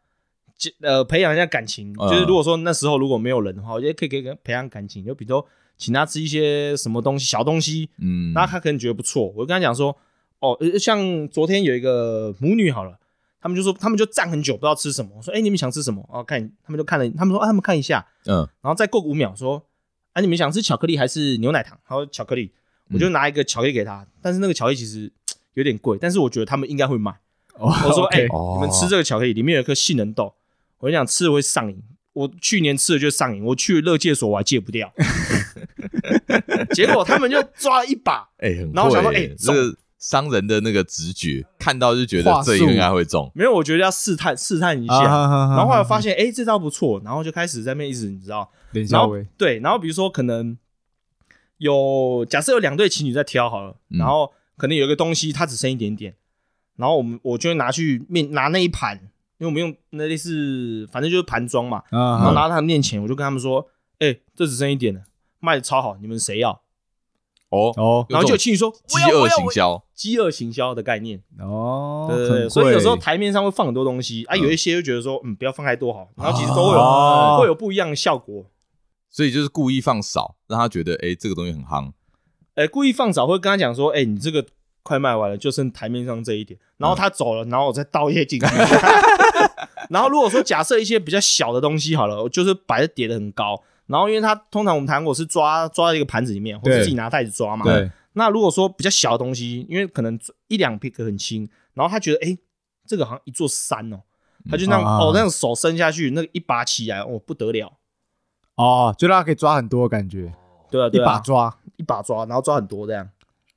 [SPEAKER 3] 呃，培养一下感情，
[SPEAKER 2] 嗯
[SPEAKER 3] 就是如果说那时候如果没有人的话，我觉得可以可以跟培养感情，就比如说请他吃一些什么东西，小东西，
[SPEAKER 2] 嗯，
[SPEAKER 3] 那他可能觉得不错。我就跟他讲说，哦，呃像昨天有一个母女好了，他们就说他们就站很久不知道吃什么，我说哎、你们想吃什么？哦，看他们就看了，他们说啊他们看一下，
[SPEAKER 2] 嗯
[SPEAKER 3] 然后再过五秒说，啊你们想吃巧克力还是牛奶糖？他说巧克力。我就拿一个巧克力给他，但是那个巧克力其实有点贵，但是我觉得他们应该会买。我
[SPEAKER 1] 我
[SPEAKER 3] 说：“哎、
[SPEAKER 2] 哦
[SPEAKER 3] 你们吃这个巧克力，里面有一颗杏仁豆，我跟你讲，吃了会上瘾。我去年吃了就上瘾，我去乐界所我还戒不掉。结果他们就抓了一把，
[SPEAKER 2] 哎、很
[SPEAKER 3] 然后我想
[SPEAKER 2] 会
[SPEAKER 3] 说
[SPEAKER 2] 耶
[SPEAKER 3] 哎
[SPEAKER 2] 这个商人的那个直觉，看到就觉得
[SPEAKER 1] 话术
[SPEAKER 2] 这应该会中。
[SPEAKER 3] 没有，我觉得要试探试探一
[SPEAKER 1] 啊
[SPEAKER 3] 下。然
[SPEAKER 1] 然
[SPEAKER 3] 后后来发现，哎、这招不错，然后就开始在那边一直你知道，
[SPEAKER 1] 林
[SPEAKER 3] 然
[SPEAKER 1] 小
[SPEAKER 3] 后
[SPEAKER 1] 伟，
[SPEAKER 3] 对，然后比如说可能有假设有两对情侣在挑好了，
[SPEAKER 2] 嗯
[SPEAKER 3] 然后可能有一个东西它只剩一点点，然后我们我就会拿去面拿那一盘，因为我们用那类似反正就是盘装嘛，然后
[SPEAKER 1] 啊
[SPEAKER 2] 嗯
[SPEAKER 3] 拿到他们面前，我就跟他们说：“哎、这只剩一点了，卖的超好，你们谁要
[SPEAKER 2] 哦？”
[SPEAKER 1] 哦
[SPEAKER 3] 然后就有情侣说：“
[SPEAKER 2] 饥
[SPEAKER 3] 我要，
[SPEAKER 2] 饿
[SPEAKER 3] 我要，
[SPEAKER 2] 行
[SPEAKER 3] 我要。
[SPEAKER 2] 销，”
[SPEAKER 3] 饥饿行销的概念，
[SPEAKER 1] 哦，
[SPEAKER 3] 对对对，所以有时候台面上会放很多东西啊，
[SPEAKER 2] 嗯
[SPEAKER 3] 有一些就觉得说，嗯，不要放太多好，然后其实都会有、
[SPEAKER 1] 哦
[SPEAKER 3] 会有不一样的效果。
[SPEAKER 2] 所以就是故意放少，让他觉得哎、这个东西很夯。
[SPEAKER 3] 哎、故意放少，会跟他讲说：“哎、你这个快卖完了，就剩台面上这一点。”然
[SPEAKER 1] 嗯
[SPEAKER 3] 后他走了，然后我再倒一 些进去。 然后如果说假设一些比较小的东西好了，我就是摆的叠的很高，然后因为他通常我们糖果是抓抓在一个盘子里面，或者
[SPEAKER 1] 对
[SPEAKER 3] 自己拿袋子抓嘛，
[SPEAKER 1] 对
[SPEAKER 3] 那如果说比较小的东西，因为可能一两片很轻，然后他觉得哎、诶这个好像一座山哦，他就那样、
[SPEAKER 1] 啊
[SPEAKER 3] 哦，那个手伸下去，那个一拔起来，哦不得了，
[SPEAKER 1] 哦，就让他可以抓很多感觉，
[SPEAKER 3] 对啊，
[SPEAKER 1] 一
[SPEAKER 3] 对啊，
[SPEAKER 1] 把抓。
[SPEAKER 3] 一把抓，然后抓很多这样，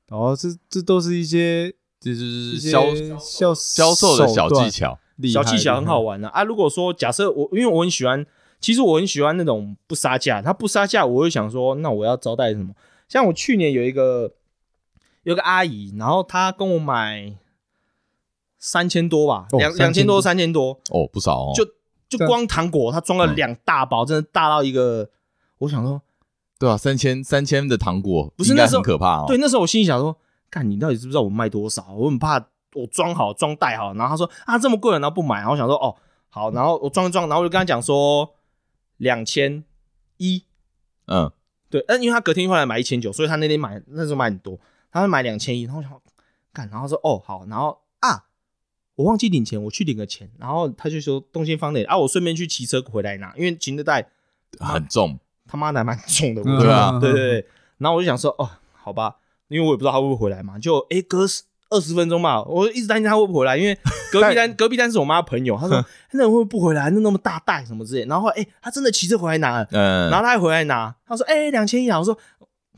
[SPEAKER 1] 哦，这这都是一些
[SPEAKER 2] 这就是
[SPEAKER 1] 一
[SPEAKER 2] 销
[SPEAKER 1] 些销
[SPEAKER 2] 销售的小技
[SPEAKER 1] 巧，
[SPEAKER 2] 巧。
[SPEAKER 1] 厉害
[SPEAKER 3] 小技巧很好。玩的啊啊。如果说假设我，因为我很喜欢，其实我很喜欢那种不杀价，他不杀价，我会想说，那我要招待什么？像我去年有一个有个阿姨，然后她跟我买三千多吧，
[SPEAKER 1] 哦
[SPEAKER 3] 两
[SPEAKER 1] 3000
[SPEAKER 3] 两千多三千多，
[SPEAKER 2] 哦，不少哦，
[SPEAKER 3] 就就
[SPEAKER 1] 对啊
[SPEAKER 3] 光糖果，他装了两大包，真的大到一个，我想说，
[SPEAKER 2] 对啊，三千三千的糖果，
[SPEAKER 3] 不是
[SPEAKER 2] 应该
[SPEAKER 3] 那时
[SPEAKER 2] 很
[SPEAKER 3] 候
[SPEAKER 2] 可怕哦。
[SPEAKER 3] 对，那时候我心里想说，干你到底知不知道我卖多少？我很怕我装好装袋好，然后他说啊这么贵了，然后不买，然后我想说哦好，然后我装一装，然后我就跟他讲说两千一，
[SPEAKER 2] 嗯，
[SPEAKER 3] 对，但因为他隔天又来买一千九，所以他那天买那时候买很多，他会买两千一，然后我想干，然后说哦好，然后啊。我忘记领钱，我去领个钱，然后他就说东西放那里啊，我顺便去骑车回来拿，因为行李袋
[SPEAKER 2] 很重，
[SPEAKER 3] 他妈的还蛮重的，我
[SPEAKER 1] 嗯
[SPEAKER 2] 对啊
[SPEAKER 3] 对对，对，然后我就想说，哦，好吧，因为我也不知道他会不会回来嘛，就诶隔二十分钟吧，我一直担心他会不会回来，因为隔壁单隔壁单是我妈的朋友，他说哎那人会不会不回来，那那么大袋什么之类，然后诶他真的骑车回来拿了，
[SPEAKER 2] 嗯，
[SPEAKER 3] 然后他还回来拿，他说诶两千一啊，我说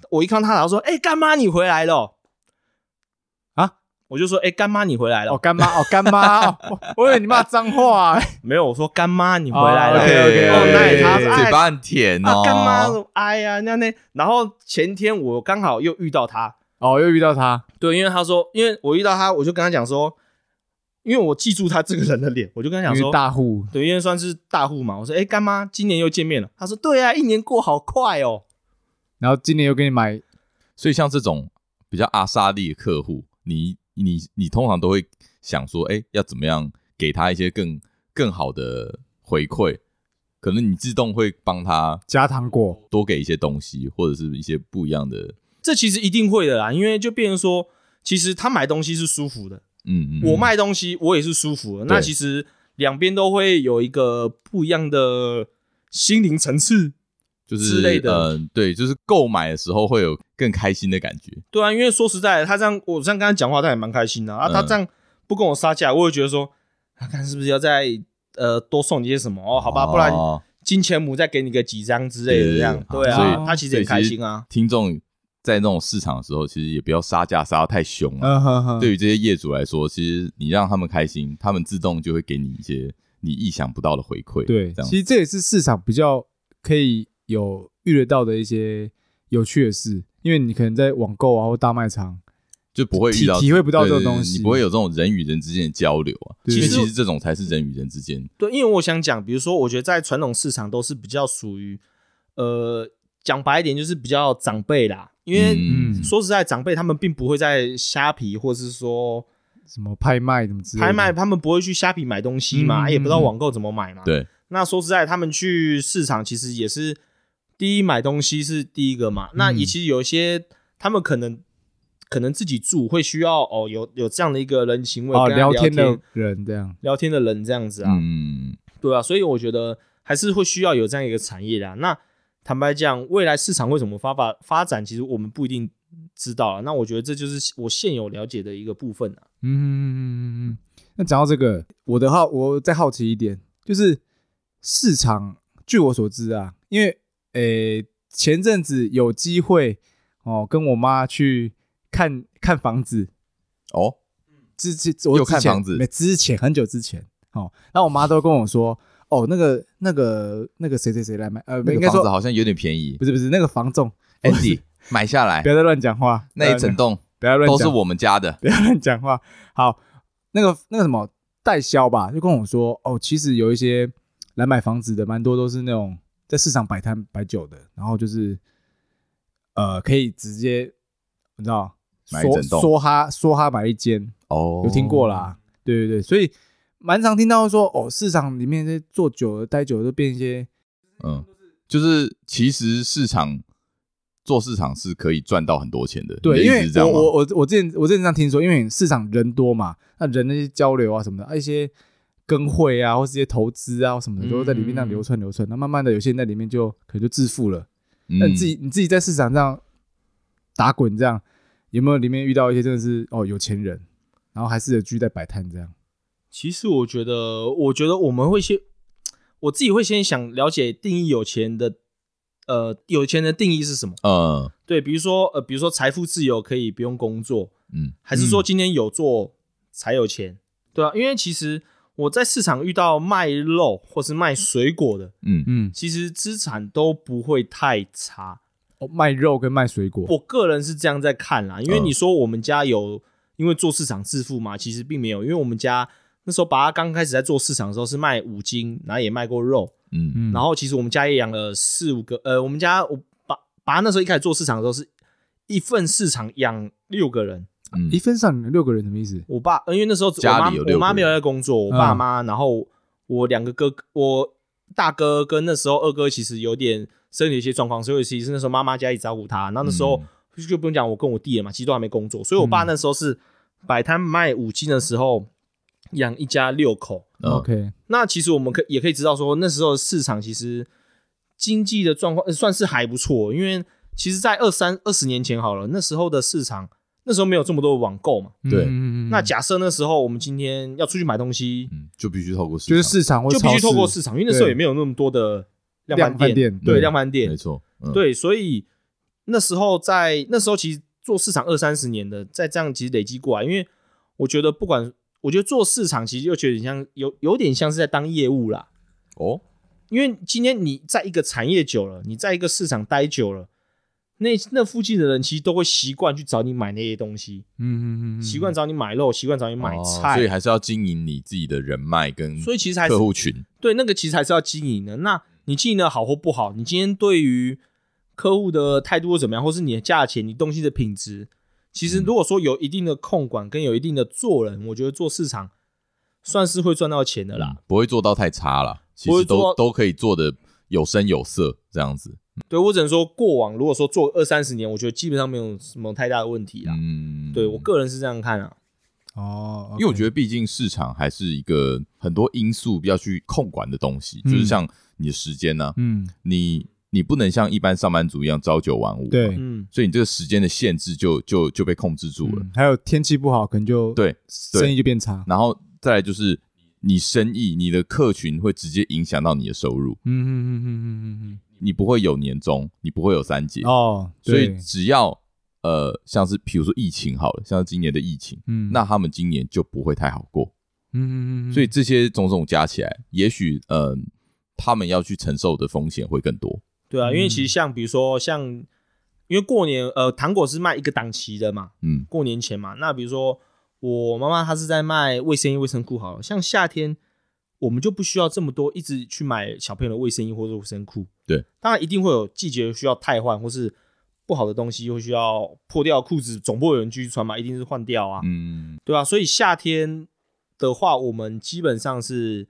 [SPEAKER 3] 我一看他拿，我说诶干妈你回来了
[SPEAKER 1] 啊，
[SPEAKER 3] 我就说诶干妈你回来了，
[SPEAKER 1] 哦，干妈，哦，干妈，哦 我我以为你骂脏话，
[SPEAKER 3] 没有，我说干妈你回来了，
[SPEAKER 1] 哦，OK，OK，OK
[SPEAKER 3] 哦那他说哎
[SPEAKER 2] 哎嘴巴很甜哦，
[SPEAKER 3] 啊干妈，哎呀那那，然后前天我刚好又遇到他。
[SPEAKER 1] 哦，又遇到他，
[SPEAKER 3] 对，因为他说，因为我遇到他，我就跟他讲说，因为我记住他这个人的脸，我就跟他讲
[SPEAKER 1] 因
[SPEAKER 3] 说
[SPEAKER 1] 为，大户，
[SPEAKER 3] 对，因为算是大户嘛，我说，哎、干妈，今年又见面了。他说，对啊，一年过好快哦。
[SPEAKER 1] 然后今年又给你买，
[SPEAKER 2] 所以像这种比较阿莎利的客户，你你你通常都会想说，哎、要怎么样给他一些更更好的回馈？可能你自动会帮他
[SPEAKER 1] 加糖果，
[SPEAKER 2] 多给一些东西，或者是一些不一样的，
[SPEAKER 3] 这其实一定会的啦，因为就变成说，其实他买东西是舒服的，
[SPEAKER 2] 嗯，嗯
[SPEAKER 3] 我，卖东西我也是舒服的。那
[SPEAKER 2] 对
[SPEAKER 3] 其实两边都会有一个不一样的心灵层次。
[SPEAKER 2] 就是
[SPEAKER 3] 之类的
[SPEAKER 2] 嗯、对，就是购买的时候会有更开心的感觉，
[SPEAKER 3] 对啊，因为说实在的，他这样我这样跟他讲话，他也蛮开心的啊。
[SPEAKER 2] 嗯
[SPEAKER 3] 他这样不跟我杀价，我也觉得说，他、啊、看是不是要再呃多送你些什么哦？好吧，不然
[SPEAKER 2] 哦
[SPEAKER 3] 金钱母再给你个几张之类的这样。
[SPEAKER 2] 对
[SPEAKER 3] 对啊
[SPEAKER 1] 所，以
[SPEAKER 3] 他其实
[SPEAKER 2] 对
[SPEAKER 3] 也开心啊。
[SPEAKER 2] 听众在那种市场的时候，其实也不要杀价杀的太凶啊。
[SPEAKER 1] 嗯哼哼，
[SPEAKER 2] 对于这些业主来说，其实你让他们开心，他们自动就会给你一些你意想不到的回馈。
[SPEAKER 1] 对，
[SPEAKER 2] 这样
[SPEAKER 1] 其实这也是市场比较可以有遇得到的一些有趣的事，因为你可能在网购啊或大卖场，
[SPEAKER 2] 就不会遇到
[SPEAKER 1] 体体会不到这种
[SPEAKER 2] 对对对
[SPEAKER 1] 东西
[SPEAKER 2] 你不会有这种人与人之间的交流啊。
[SPEAKER 1] 对
[SPEAKER 2] 因为
[SPEAKER 3] 其实
[SPEAKER 2] 其实这种才是人与人之间，
[SPEAKER 3] 对，因为我想讲，比如说，我觉得在传统市场都是比较属于呃，讲白一点就是比较长辈啦，因为。
[SPEAKER 1] 嗯
[SPEAKER 3] 说实在，长辈他们并不会在虾皮，或是说
[SPEAKER 1] 什么拍卖什么之类的，
[SPEAKER 3] 拍卖，他们不会去虾皮买东西嘛，啊
[SPEAKER 1] 嗯
[SPEAKER 3] 也不知道网购怎么买嘛。
[SPEAKER 2] 对，
[SPEAKER 3] 那说实在，他们去市场其实也是第一买东西是第一个嘛。那
[SPEAKER 1] 嗯
[SPEAKER 3] 也其实有一些他们可能可能自己住会需要哦，有有这样的一个人情味，
[SPEAKER 1] 哦，
[SPEAKER 3] 跟他
[SPEAKER 1] 聊
[SPEAKER 3] 聊
[SPEAKER 1] 天的
[SPEAKER 3] 的
[SPEAKER 1] 人这样，
[SPEAKER 3] 聊天的人这样子啊，
[SPEAKER 2] 嗯，
[SPEAKER 3] 对啊，所以我觉得还是会需要有这样一个产业啦。那坦白讲，未来市场会怎么发发发展，其实我们不一定知道啊。那我觉得这就是我现有了解的一个部分啊。
[SPEAKER 1] 嗯嗯嗯嗯嗯。那讲到这个，我的好，我再好奇一点，就是市场，据我所知啊，因为诶、前阵子有机会哦，跟我妈去看看房子，
[SPEAKER 2] 哦，
[SPEAKER 1] 之之我
[SPEAKER 2] 又
[SPEAKER 1] 之
[SPEAKER 2] 看
[SPEAKER 1] 前
[SPEAKER 2] 房子
[SPEAKER 1] 没之前很久之前哦，然后我妈都跟我说，哦，那个那个那个谁谁谁来买，呃，
[SPEAKER 2] 那
[SPEAKER 1] 应
[SPEAKER 2] 个
[SPEAKER 1] 该
[SPEAKER 2] 房
[SPEAKER 1] 说
[SPEAKER 2] 子好像有点便宜
[SPEAKER 1] 不是不是那个房仲，
[SPEAKER 2] ，Andy 买下来
[SPEAKER 1] 不，要再乱讲话，
[SPEAKER 2] 哎
[SPEAKER 1] 呃
[SPEAKER 2] 那一整栋
[SPEAKER 1] 不要乱
[SPEAKER 2] 都
[SPEAKER 1] 讲
[SPEAKER 2] 是我们家的，
[SPEAKER 1] 不要乱 讲话。好，那个那个什么代销吧，就跟我说哦，其实有一些来买房子的，蛮多都是那种在市场摆摊摆酒的，然后就是呃，可以直接你知道
[SPEAKER 2] 买一
[SPEAKER 1] 说
[SPEAKER 2] 整栋
[SPEAKER 1] 说哈说哈买一间，
[SPEAKER 2] 哦，
[SPEAKER 1] 有听过啦，对对对，所以蛮常听到说哦，市场里面这些做酒的、待酒的都变一些，
[SPEAKER 2] 嗯，就是其实市场做市场是可以赚到很多钱的。
[SPEAKER 1] 对，
[SPEAKER 2] 你
[SPEAKER 1] 因
[SPEAKER 2] 的意
[SPEAKER 1] 为
[SPEAKER 2] 思是这样
[SPEAKER 1] 我
[SPEAKER 2] 吗？
[SPEAKER 1] 我我我之前我之前这样听说，因为市场人多嘛，那人那些交流啊什么的，啊一些跟会啊或是一些投资啊什么的，
[SPEAKER 3] 嗯
[SPEAKER 1] 都在里面那样流窜流窜，那慢慢的有些人在里面就可能就致富了，那
[SPEAKER 2] 嗯
[SPEAKER 1] 你自己你自己在市场上打滚这样，有没有里面遇到一些真的是哦有钱人，然后还是有继续在摆摊这样？
[SPEAKER 3] 其实我觉得，我觉得我们会先，我自己会先想了解定义有钱的，呃，有钱的定义是什么？
[SPEAKER 2] 呃
[SPEAKER 3] 对，比如说呃，比如说财富自由可以不用工作，
[SPEAKER 2] 嗯
[SPEAKER 3] 还是说今天有做才有钱？对啊，因为其实我在市场遇到卖肉或是卖水果的，
[SPEAKER 2] 嗯
[SPEAKER 1] 嗯，
[SPEAKER 3] 其实资产都不会太差。
[SPEAKER 1] 哦卖肉跟卖水果，
[SPEAKER 3] 我个人是这样在看啦，因为
[SPEAKER 2] 嗯
[SPEAKER 3] 你说我们家有因为做市场致富嘛，其实并没有，因为我们家那时候爸爸刚开始在做市场的时候是卖五金，然后也卖过肉，
[SPEAKER 2] 嗯
[SPEAKER 1] 嗯
[SPEAKER 3] 然后其实我们家也养了四五个，呃，我们家我爸爸那时候一开始做市场的时候是一份市场养六个人，
[SPEAKER 2] 嗯
[SPEAKER 1] 一分上六个人什么意思？
[SPEAKER 3] 我爸，呃因为那时候我
[SPEAKER 2] 家
[SPEAKER 3] 妈
[SPEAKER 2] 里有
[SPEAKER 3] 我
[SPEAKER 2] 六个
[SPEAKER 3] 妈
[SPEAKER 2] 人
[SPEAKER 3] 没有在工作，我爸妈，然后我两个哥哥，我大哥跟那时候二哥其实有点身体有一些状况，所以其实那时候妈妈家里照顾他。那那
[SPEAKER 2] 嗯
[SPEAKER 3] 时候、就不用讲，我跟我弟了嘛，其实都还没工作，所以我爸那时候是摆摊卖五金的时候养一家六口。
[SPEAKER 2] 嗯
[SPEAKER 1] OK，
[SPEAKER 3] 那其实我们可也可以知道说，那时候的市场其实经济的状况、呃算是还不错，因为其实，在二三二十年前好了，那时候的市场那时候没有这么多的网购嘛。
[SPEAKER 1] 嗯嗯
[SPEAKER 2] 对
[SPEAKER 1] 嗯嗯
[SPEAKER 3] 那假设那时候我们今天要出去买东西，
[SPEAKER 2] 嗯，就必须透过市
[SPEAKER 1] 就是
[SPEAKER 2] 场
[SPEAKER 1] 市场或
[SPEAKER 3] 就必须
[SPEAKER 1] 超市
[SPEAKER 3] 透过市场，因为那时候
[SPEAKER 1] 对
[SPEAKER 3] 也没有那么多的量
[SPEAKER 1] 量
[SPEAKER 3] 贩
[SPEAKER 1] 贩店
[SPEAKER 3] 对
[SPEAKER 1] 对
[SPEAKER 3] 量贩
[SPEAKER 2] 没
[SPEAKER 3] 店，
[SPEAKER 2] 错，嗯
[SPEAKER 3] 对，所以那时候在那时候其实做市场二三十年的，在这样其实累积过来，因为我觉得不管我觉得做市场其实又觉得很像有有点像是在当业务啦，
[SPEAKER 2] 哦，
[SPEAKER 3] 因为今天你在一个产业久了，你在一个市场待久了。那那附近的人其实都会习惯去找你买那些东西，
[SPEAKER 1] 嗯嗯嗯嗯，
[SPEAKER 3] 习惯找你买肉，习惯找你买
[SPEAKER 2] 哦
[SPEAKER 3] 菜，
[SPEAKER 2] 所以还是要经营你自己的人脉跟
[SPEAKER 3] 所以其实还是
[SPEAKER 2] 客户群。嗯
[SPEAKER 3] 对，那个其实还是要经营的。那你经营的好或不好，你今天对于客户的态度或怎么样，或是你的价钱、你东西的品质，其
[SPEAKER 1] 嗯
[SPEAKER 3] 实如果说有一定的控管跟有一定的做人，我觉得做市场算是会赚到钱的啦。
[SPEAKER 2] 嗯不会做到太差啦，其
[SPEAKER 3] 不会
[SPEAKER 2] 实
[SPEAKER 3] 做
[SPEAKER 2] 都
[SPEAKER 3] 到
[SPEAKER 2] 都可以做的有声有色这样子。
[SPEAKER 1] 嗯
[SPEAKER 3] 对我只能说，过往如果说做二三十年，我觉得基本上没有什么太大的问题啦。
[SPEAKER 2] 嗯，
[SPEAKER 3] 对我个人是这样看啊。
[SPEAKER 1] 哦，
[SPEAKER 2] 因为我
[SPEAKER 1] 得。
[SPEAKER 2] 觉得，毕竟市场还是一个很多因素要去控管的东西，
[SPEAKER 1] 嗯
[SPEAKER 2] 就是像你的时间呢、
[SPEAKER 1] 嗯，
[SPEAKER 2] 你你不能像一般上班族一样朝九晚五，，
[SPEAKER 1] 对，
[SPEAKER 3] 嗯，
[SPEAKER 2] 所以你这个时间的限制就就就被控制住了。
[SPEAKER 1] 嗯还有天气不好，可能就
[SPEAKER 2] 对，
[SPEAKER 1] 生意就变差。
[SPEAKER 2] 然后再来就是你生意，你的客群会直接影响到你的收入，
[SPEAKER 1] 嗯嗯嗯嗯嗯
[SPEAKER 2] 你不会有年终，你不会有三节
[SPEAKER 1] 嗯，，哦，
[SPEAKER 2] 所以
[SPEAKER 1] 对
[SPEAKER 2] 只要呃，像是比如说疫情好了，像是今年的疫情，
[SPEAKER 1] 嗯，
[SPEAKER 2] 那他们今年就不会太好过。
[SPEAKER 1] 嗯嗯嗯嗯，
[SPEAKER 2] 所以这些种种加起来，也许嗯、呃他们要去承受的风险会更多。
[SPEAKER 3] 对啊，因为
[SPEAKER 1] 嗯
[SPEAKER 3] 其实像比如说像，因为过年呃，糖果是卖一个档期的嘛，
[SPEAKER 2] 嗯
[SPEAKER 3] 过年前嘛。那比如说我妈妈她是在卖卫生衣、卫生裤好了，像夏天我们就不需要这么多，一直去买小朋友的卫生衣或者卫生裤。
[SPEAKER 2] 对，
[SPEAKER 3] 当然一定会有季节需要汰换，或是不好的东西会需要破掉裤子，总不会有人继续穿嘛，一定是换掉啊，
[SPEAKER 2] 嗯，
[SPEAKER 3] 对啊，所以夏天的话，我们基本上是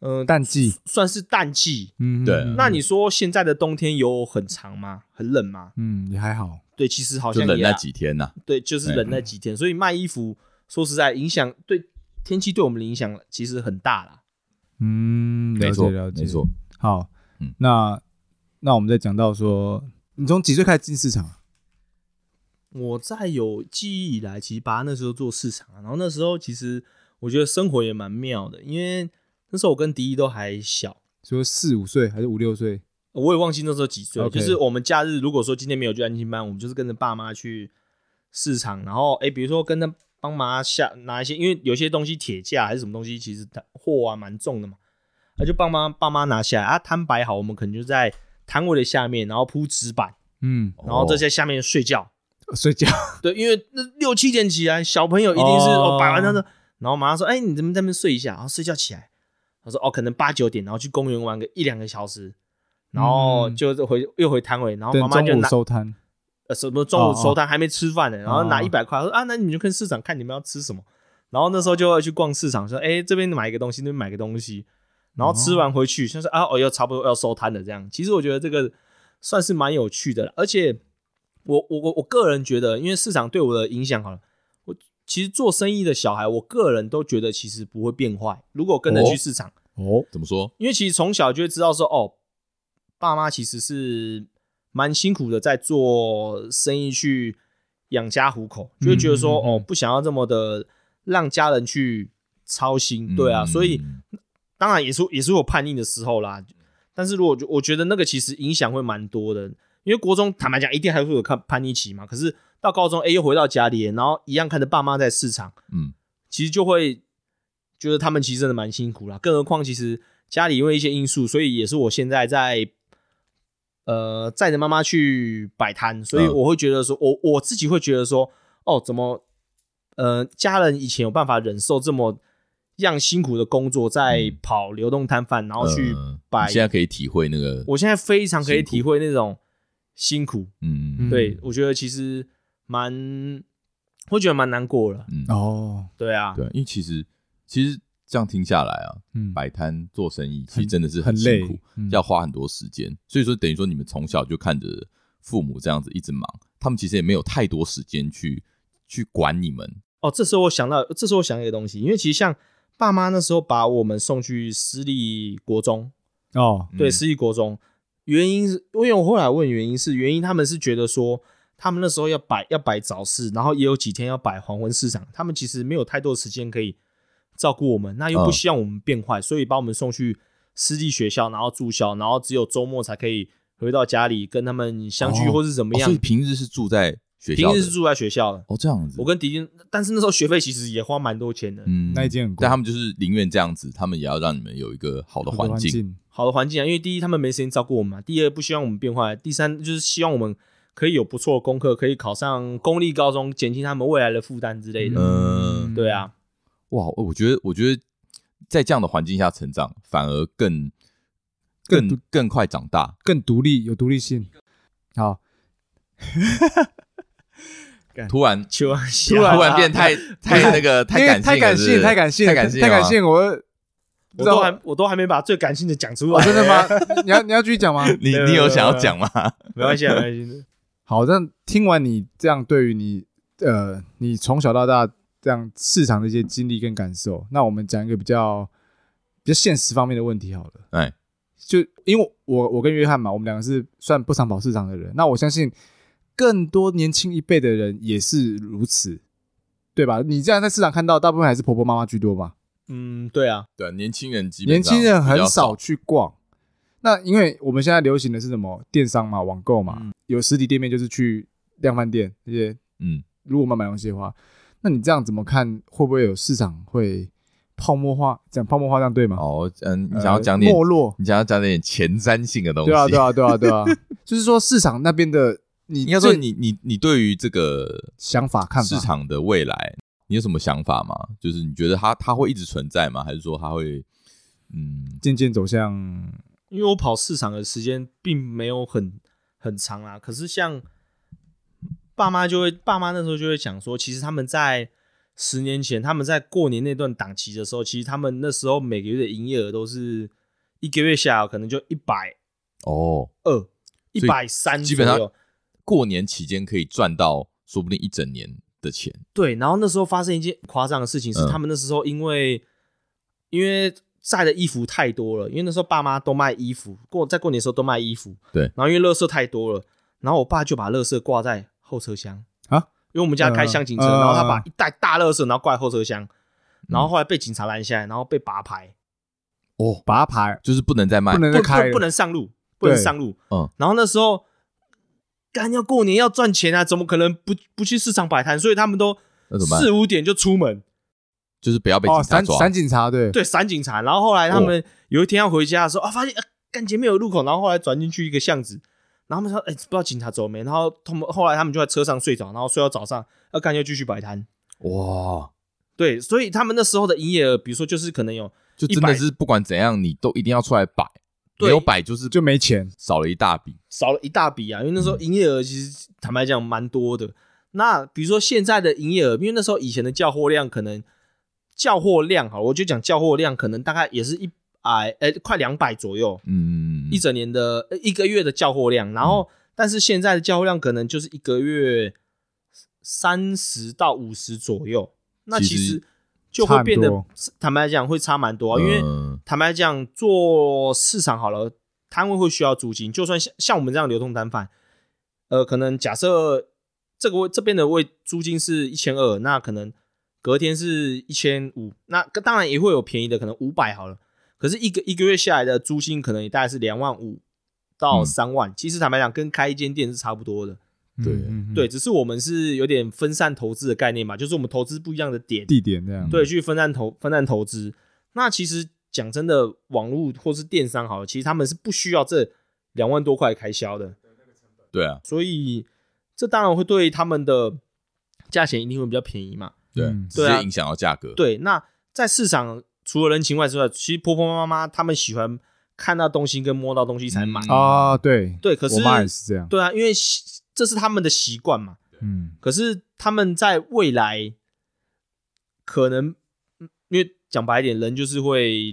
[SPEAKER 3] 嗯、呃
[SPEAKER 1] 淡季，
[SPEAKER 3] 算是淡季。
[SPEAKER 1] 嗯，
[SPEAKER 2] 对啊
[SPEAKER 1] 嗯
[SPEAKER 3] 那你说现在的冬天有很长吗？很冷吗？
[SPEAKER 1] 嗯也还好，
[SPEAKER 3] 对，其实好
[SPEAKER 2] 就
[SPEAKER 3] 像
[SPEAKER 2] 忍
[SPEAKER 3] 也啊
[SPEAKER 2] 那
[SPEAKER 3] 还
[SPEAKER 2] 几天呐、
[SPEAKER 3] 对，就是冷那几天，所以卖衣服，说实在，影响对天气对我们的影响其实很大啦。
[SPEAKER 1] 嗯，了
[SPEAKER 2] 没
[SPEAKER 1] 解
[SPEAKER 2] 错，
[SPEAKER 1] 了解，
[SPEAKER 2] 没错。
[SPEAKER 1] 好
[SPEAKER 2] 嗯，
[SPEAKER 1] 那那我们再讲到说，你从几岁开始进市场？啊
[SPEAKER 3] 我在有记忆以来，其实爸那时候做市场啊，然后那时候其实我觉得生活也蛮妙的，因为那时候我跟迪一都还小，
[SPEAKER 1] 说四五岁还是五六岁？
[SPEAKER 3] 我也忘记那时候几岁了
[SPEAKER 1] OK
[SPEAKER 3] 就是我们假日如果说今天没有去安亲班，我们就是跟着爸妈去市场，然后诶，比如说跟着帮忙下拿一些，因为有些东西铁架还是什么东西，其实它货啊蛮重的嘛，那就帮妈爸妈拿下来啊，摊摆好，我们可能就在摊位的下面，然后铺纸板，
[SPEAKER 1] 嗯，
[SPEAKER 3] 然后在
[SPEAKER 2] 哦
[SPEAKER 3] 在下面睡觉。
[SPEAKER 1] 睡觉。
[SPEAKER 3] 对，因为那六七点起来，小朋友一定是
[SPEAKER 1] 哦
[SPEAKER 3] 哦摆完他的，然后马上说，哎，你怎么在那边睡一下？然后睡觉起来，他说哦，可能八九点，然后去公园玩个一两个小时，然后
[SPEAKER 1] 嗯
[SPEAKER 3] 就回又回摊位，然后
[SPEAKER 1] 等
[SPEAKER 3] 妈妈就
[SPEAKER 1] 中午
[SPEAKER 3] 拿
[SPEAKER 1] 收摊，
[SPEAKER 3] 呃什么中午
[SPEAKER 1] 哦哦
[SPEAKER 3] 收摊还没吃饭呢，然后拿
[SPEAKER 1] 哦
[SPEAKER 3] 一百块，说啊，那你们就跟市场看你们要吃什么，然后那时候就要去逛市场，说哎这边买一个东西，那边买个东西，然后吃完回去，像是啊哦要差不多要收摊了这样。其实我觉得这个算是蛮有趣的啦，而且我我我我个人觉得，因为市场对我的影响好了，我其实做生意的小孩，我个人都觉得其实不会变坏，如果跟着
[SPEAKER 2] 哦
[SPEAKER 3] 去市场。
[SPEAKER 1] 哦，
[SPEAKER 2] 怎么说？
[SPEAKER 3] 因为其实从小就会知道说，哦，爸妈其实是蛮辛苦的，在做生意去养家糊口，就会觉得说，
[SPEAKER 1] 嗯嗯嗯
[SPEAKER 3] 哦，不想要这么的让家人去操心，对啊，
[SPEAKER 2] 嗯
[SPEAKER 3] 所以当然也是也是有叛逆的时候啦。但是如果我觉得那个其实影响会蛮多的，因为国中坦白讲一定还会有看叛逆期嘛，可是到高中哎、又回到家里，然后一样看着爸妈在市场，
[SPEAKER 2] 嗯，
[SPEAKER 3] 其实就会觉得他们其实真的蛮辛苦啦。更何况其实家里因为一些因素，所以也是我现在在呃载着妈妈去摆摊，所以
[SPEAKER 2] 嗯
[SPEAKER 3] 我会觉得说，我我自己会觉得说，哦，怎么呃家人以前有办法忍受这么样辛苦的工作，在
[SPEAKER 2] 嗯
[SPEAKER 3] 跑流动摊贩，然后去
[SPEAKER 2] 呃
[SPEAKER 3] 摆
[SPEAKER 2] 你现在可以体会那个，
[SPEAKER 3] 我现在非常可以
[SPEAKER 2] 辛苦
[SPEAKER 3] 体会那种辛苦，
[SPEAKER 2] 嗯
[SPEAKER 3] 对
[SPEAKER 1] 嗯
[SPEAKER 3] 我觉得其实蛮，会觉得蛮难过了，
[SPEAKER 2] 嗯，
[SPEAKER 1] 哦，
[SPEAKER 3] 对啊，
[SPEAKER 2] 对，因为其实其实这样听下来啊，
[SPEAKER 1] 嗯，
[SPEAKER 2] 摆摊做生意其实
[SPEAKER 1] 很
[SPEAKER 2] 真的是
[SPEAKER 1] 很累
[SPEAKER 2] 辛苦，，
[SPEAKER 1] 嗯
[SPEAKER 2] 要花很多时间。所以说，等于说你们从小就看着父母这样子一直忙，他们其实也没有太多时间去去管你们。
[SPEAKER 3] 哦，这时候我想到，这时候我想一个东西，因为其实像爸妈那时候把我们送去私立国中，
[SPEAKER 1] 哦，
[SPEAKER 3] 对，
[SPEAKER 2] 嗯
[SPEAKER 3] 私立国中，原因是因为我后来问原因是原因他们是觉得说，他们那时候要摆要摆早市，然后也有几天要摆黄昏市场，他们其实没有太多时间可以照顾我们，那又不
[SPEAKER 2] 嗯
[SPEAKER 3] 希望我们变坏，所以把我们送去私立学校，然后住校，然后只有周末才可以回到家里跟他们相聚
[SPEAKER 2] 哦
[SPEAKER 3] 或是怎么
[SPEAKER 2] 哦
[SPEAKER 3] 样，
[SPEAKER 2] 所以平日是住在学校
[SPEAKER 3] 平
[SPEAKER 2] 的，
[SPEAKER 3] 日是住在学校的。
[SPEAKER 2] 哦这样子
[SPEAKER 3] 我。跟迪迪，但是那时候学费其实也花蛮多钱的，
[SPEAKER 2] 嗯
[SPEAKER 1] 那一间很贵
[SPEAKER 2] 但他们就是宁愿这样子，他们也要让你们有一个好的
[SPEAKER 1] 好的
[SPEAKER 2] 环境。
[SPEAKER 1] 境，
[SPEAKER 3] 好的环境啊，因为第一他们没时间照顾我们嘛，第二不希望我们变坏，第三就是希望我们可以有不错的功课，可以考上公立高中，减轻他们未来的负担之类的。
[SPEAKER 2] 嗯
[SPEAKER 3] 对，啊，
[SPEAKER 2] 哇，我觉得，我觉得在这样的环境下成长，反而更
[SPEAKER 1] 更
[SPEAKER 2] 更更快长大。
[SPEAKER 1] 更独立，有独立性。好，
[SPEAKER 2] 突然，
[SPEAKER 3] 求安 突
[SPEAKER 2] 嗯
[SPEAKER 3] 啊
[SPEAKER 2] 突然变太太那个
[SPEAKER 1] 因为
[SPEAKER 2] 感性
[SPEAKER 1] 啊太
[SPEAKER 2] 了
[SPEAKER 1] 感
[SPEAKER 2] 是不
[SPEAKER 1] 性，
[SPEAKER 2] 是
[SPEAKER 1] 太感性了，
[SPEAKER 2] 太感性了
[SPEAKER 1] 太
[SPEAKER 2] 啊吗，
[SPEAKER 1] 感性了，我
[SPEAKER 3] 我都还我都还没把最感性的讲
[SPEAKER 2] 哦
[SPEAKER 3] 出来，
[SPEAKER 1] 真的 吗？你要你要继续讲吗？
[SPEAKER 2] 你你有想要讲吗？
[SPEAKER 3] 没关系啊，没关系。
[SPEAKER 1] 好，那听完你这样对于你呃，你从小到大这样市场的一些经历跟感受，那我们讲一个比较比较现实方面的问题好了。
[SPEAKER 2] 哎，
[SPEAKER 1] 就因为我我跟约翰嘛，我们两个是算不常跑市场的人，那我相信更多年轻一辈的人也是如此，对吧？你这样在市场看到，大部分还是婆婆妈妈居多吧？
[SPEAKER 3] 嗯，对啊，
[SPEAKER 2] 对，年轻人基
[SPEAKER 1] 年
[SPEAKER 2] 本上
[SPEAKER 1] 轻人很
[SPEAKER 2] 比较
[SPEAKER 1] 少
[SPEAKER 2] 少，
[SPEAKER 1] 去逛。那因为我们现在流行的是什么？电商嘛，网购嘛，有实体店面就是去量贩店这些
[SPEAKER 2] 嗯，
[SPEAKER 1] 如果我们买东西的话，那你这样怎么看？会不会有市场会泡沫化？讲泡沫化这样对吗？
[SPEAKER 2] 哦，嗯，
[SPEAKER 1] 呃，
[SPEAKER 2] 你想要讲点，
[SPEAKER 1] 没落？
[SPEAKER 2] 你想要讲点前瞻性的东西，
[SPEAKER 1] 对啊，对啊，对啊，对啊，就是说市场那边的你
[SPEAKER 2] 应该说
[SPEAKER 1] 最
[SPEAKER 2] 你你你对于这个
[SPEAKER 1] 想法看法
[SPEAKER 2] 市场的未来，你有什么想法吗？就是你觉得它它会一直存在吗？还是说它会嗯
[SPEAKER 1] 渐渐走向
[SPEAKER 3] 因为我跑市场的时间并没有很很长啦，可是像爸妈就会，爸妈那时候就会讲说，其实他们在十年前，他们在过年那段档期的时候，其实他们那时候每个月的营业额都是一个月下来可能就一百
[SPEAKER 2] 哦
[SPEAKER 3] 二、一百三
[SPEAKER 2] 基
[SPEAKER 3] 左
[SPEAKER 2] 本
[SPEAKER 3] 右
[SPEAKER 2] 上。过年期间可以赚到说不定一整年的钱，
[SPEAKER 1] 嗯
[SPEAKER 3] 对，然后那时候发生一件夸张的事情是，
[SPEAKER 2] 嗯
[SPEAKER 3] 他们那时候因为因为晒的衣服太多了，因为那时候爸妈都卖衣服，过在过年的时候都卖衣服。
[SPEAKER 2] 对
[SPEAKER 3] 然后因为垃圾太多了，然后我爸就把垃圾挂在后车厢
[SPEAKER 1] 啊，
[SPEAKER 3] 因为我们家开箱型车，
[SPEAKER 1] 嗯嗯嗯嗯
[SPEAKER 3] 然后他把一袋大垃圾然后挂在后车厢，然后后来被警察拦下来，然后被拔牌，
[SPEAKER 2] 哦，
[SPEAKER 1] 拔牌
[SPEAKER 2] 就是不能再卖
[SPEAKER 1] 不，能
[SPEAKER 3] 不
[SPEAKER 1] 再开
[SPEAKER 3] 不
[SPEAKER 1] 了，
[SPEAKER 3] 不能上路，不能
[SPEAKER 1] 对
[SPEAKER 3] 上路。
[SPEAKER 2] 嗯，
[SPEAKER 3] 然后那时候干要过年要赚钱啊，怎么可能不不去市场摆摊？所以他们都
[SPEAKER 2] 那怎么办？
[SPEAKER 3] 四五点就出门，
[SPEAKER 2] 就是不要被警
[SPEAKER 1] 哦，
[SPEAKER 2] 察
[SPEAKER 1] 闪
[SPEAKER 2] 抓。
[SPEAKER 1] 闪警察 对，
[SPEAKER 3] 对，闪警察。然后后来他们有一天要回家的时候啊，发现啊，干前面有路口，然后后来转进去一个巷子，然后他们说，哎、不知道警察走没？然后他们后来他们就在车上睡着，然后睡到早上，要干又继续摆摊。
[SPEAKER 2] 哇，
[SPEAKER 3] 对，所以他们那时候的营业额，比如说就是可能有
[SPEAKER 2] 就真的
[SPEAKER 3] 100
[SPEAKER 2] 是不管怎样，你都一定要出来摆，
[SPEAKER 3] 对
[SPEAKER 2] 没有摆就是
[SPEAKER 1] 就没钱，
[SPEAKER 2] 少了一大笔。
[SPEAKER 3] 少了一大笔啊，因为那时候营业额其实坦白讲蛮多的。那比如说现在的营业额，因为那时候以前的叫货量可能叫货量好了，我就讲叫货量可能大概也是一百呃快两百左右，
[SPEAKER 2] 嗯，
[SPEAKER 3] 一整年的呃一个月的交货量，然后、但是现在的交货量可能就是一个月三十到五十左右，那
[SPEAKER 2] 其
[SPEAKER 3] 其
[SPEAKER 2] 实
[SPEAKER 3] 实就会变
[SPEAKER 1] 差很
[SPEAKER 3] 得
[SPEAKER 1] 多
[SPEAKER 3] 坦白讲会差蛮多啊、因为
[SPEAKER 2] 嗯
[SPEAKER 3] 坦白讲做市场好了，摊位会需要租金，就算像像我们这样流动摊贩，呃，可能假设这个位这边的位租金是一千二，那可能隔天是一千五，那当然也会有便宜的，可能五百好了。可是一个一个月下来的租金可能也大概是两万五到
[SPEAKER 2] 嗯
[SPEAKER 3] 三万，其实坦白讲跟开一间店是差不多的，
[SPEAKER 2] 对
[SPEAKER 1] 嗯嗯嗯
[SPEAKER 3] 对，只是我们是有点分散投资的概念嘛，就是我们投资不一样的点，
[SPEAKER 1] 地点这样，
[SPEAKER 3] 对，去分散投分散投资。那其实讲真的，网络或是电商好了，其实他们是不需要这两万多块开销的，
[SPEAKER 2] 对啊，
[SPEAKER 3] 所以这当然会对他们的价钱一定会比较便宜嘛。
[SPEAKER 2] 对
[SPEAKER 1] 嗯，
[SPEAKER 2] 直
[SPEAKER 3] 对啊
[SPEAKER 2] 接影响到价格。，
[SPEAKER 3] 对，那在市场除了人情外之外，其实婆婆妈妈他们喜欢看到东西跟摸到东西才买。
[SPEAKER 2] 嗯
[SPEAKER 1] 啊，对，
[SPEAKER 3] 对，可是
[SPEAKER 1] 我妈也是这样，
[SPEAKER 3] 对啊，因为习这是他们的习惯嘛。
[SPEAKER 1] 嗯，
[SPEAKER 3] 可是他们在未来可能，嗯因为讲白一点，人就是会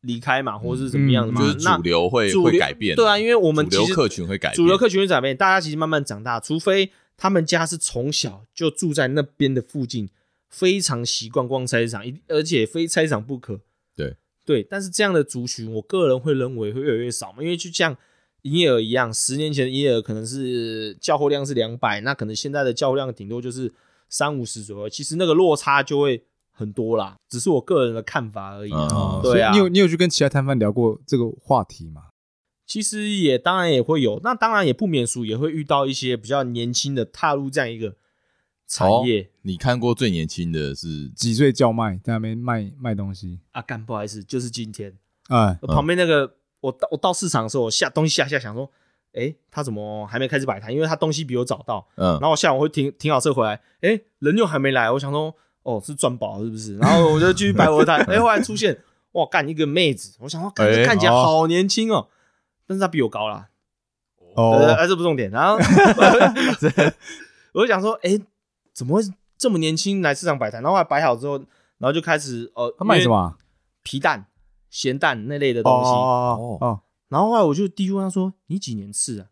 [SPEAKER 3] 离开嘛，或是怎么样的嘛。
[SPEAKER 2] 嗯就是
[SPEAKER 3] 那
[SPEAKER 2] 主流会
[SPEAKER 3] 主
[SPEAKER 2] 会
[SPEAKER 3] 流
[SPEAKER 2] 改变。
[SPEAKER 3] 对啊，因为我们
[SPEAKER 2] 主流
[SPEAKER 3] 其实
[SPEAKER 2] 客群会改变。
[SPEAKER 3] 主流客群会改变，大家其实慢慢长大，除非他们家是从小就住在那边的附近，非常习惯逛菜市场，一而且非菜市场不可。
[SPEAKER 2] 对
[SPEAKER 3] 对，但是这样的族群，我个人会认为会越来越少嘛，因为就像营业额一样，十年前的营业额可能是交货量是两百，那可能现在的交货量顶多就是三五十左右，其实那个落差就会很多啦，只是我个人的看法而已啊。
[SPEAKER 2] 哦
[SPEAKER 1] 所以
[SPEAKER 3] 对啊
[SPEAKER 1] 你有你有去跟其他摊贩聊过这个话题吗？
[SPEAKER 3] 其实也当然也会有，那当然也不免俗，也会遇到一些比较年轻的踏入这样一个产
[SPEAKER 2] 哦
[SPEAKER 3] 业、
[SPEAKER 2] 你看过最年轻的是
[SPEAKER 1] 几岁叫卖，在那边卖卖东西，
[SPEAKER 3] 啊。干，不好意思，就是今天、
[SPEAKER 1] 哎，
[SPEAKER 2] 嗯
[SPEAKER 3] 我旁边那个，我到我到市场的时候，我下东西下下想说，诶，他怎么还没开始摆摊？因为他东西比我早到，
[SPEAKER 2] 嗯
[SPEAKER 3] 然，后我下午会停停好车回来，诶，人又还没来，我想说，哦，是赚饱是不是？然后我就继续摆我的摊， 诶，后来出现，哇，干一个妹子，我想说，干
[SPEAKER 2] 诶
[SPEAKER 3] 这看起来
[SPEAKER 2] 哦
[SPEAKER 3] 好年轻哦，但是她比我高啦，呃，
[SPEAKER 1] 哦，
[SPEAKER 3] 哎，这不重点。然后我就想说，哎，怎么会这么年轻来市场摆摊？然后后来摆好之后，然后就开始呃，
[SPEAKER 1] 他卖什么？啊？
[SPEAKER 3] 皮蛋、咸蛋那类的
[SPEAKER 1] 哦
[SPEAKER 3] 东西。
[SPEAKER 1] 哦哦，
[SPEAKER 3] 然后后来我就低问他说：“你几年次啊？”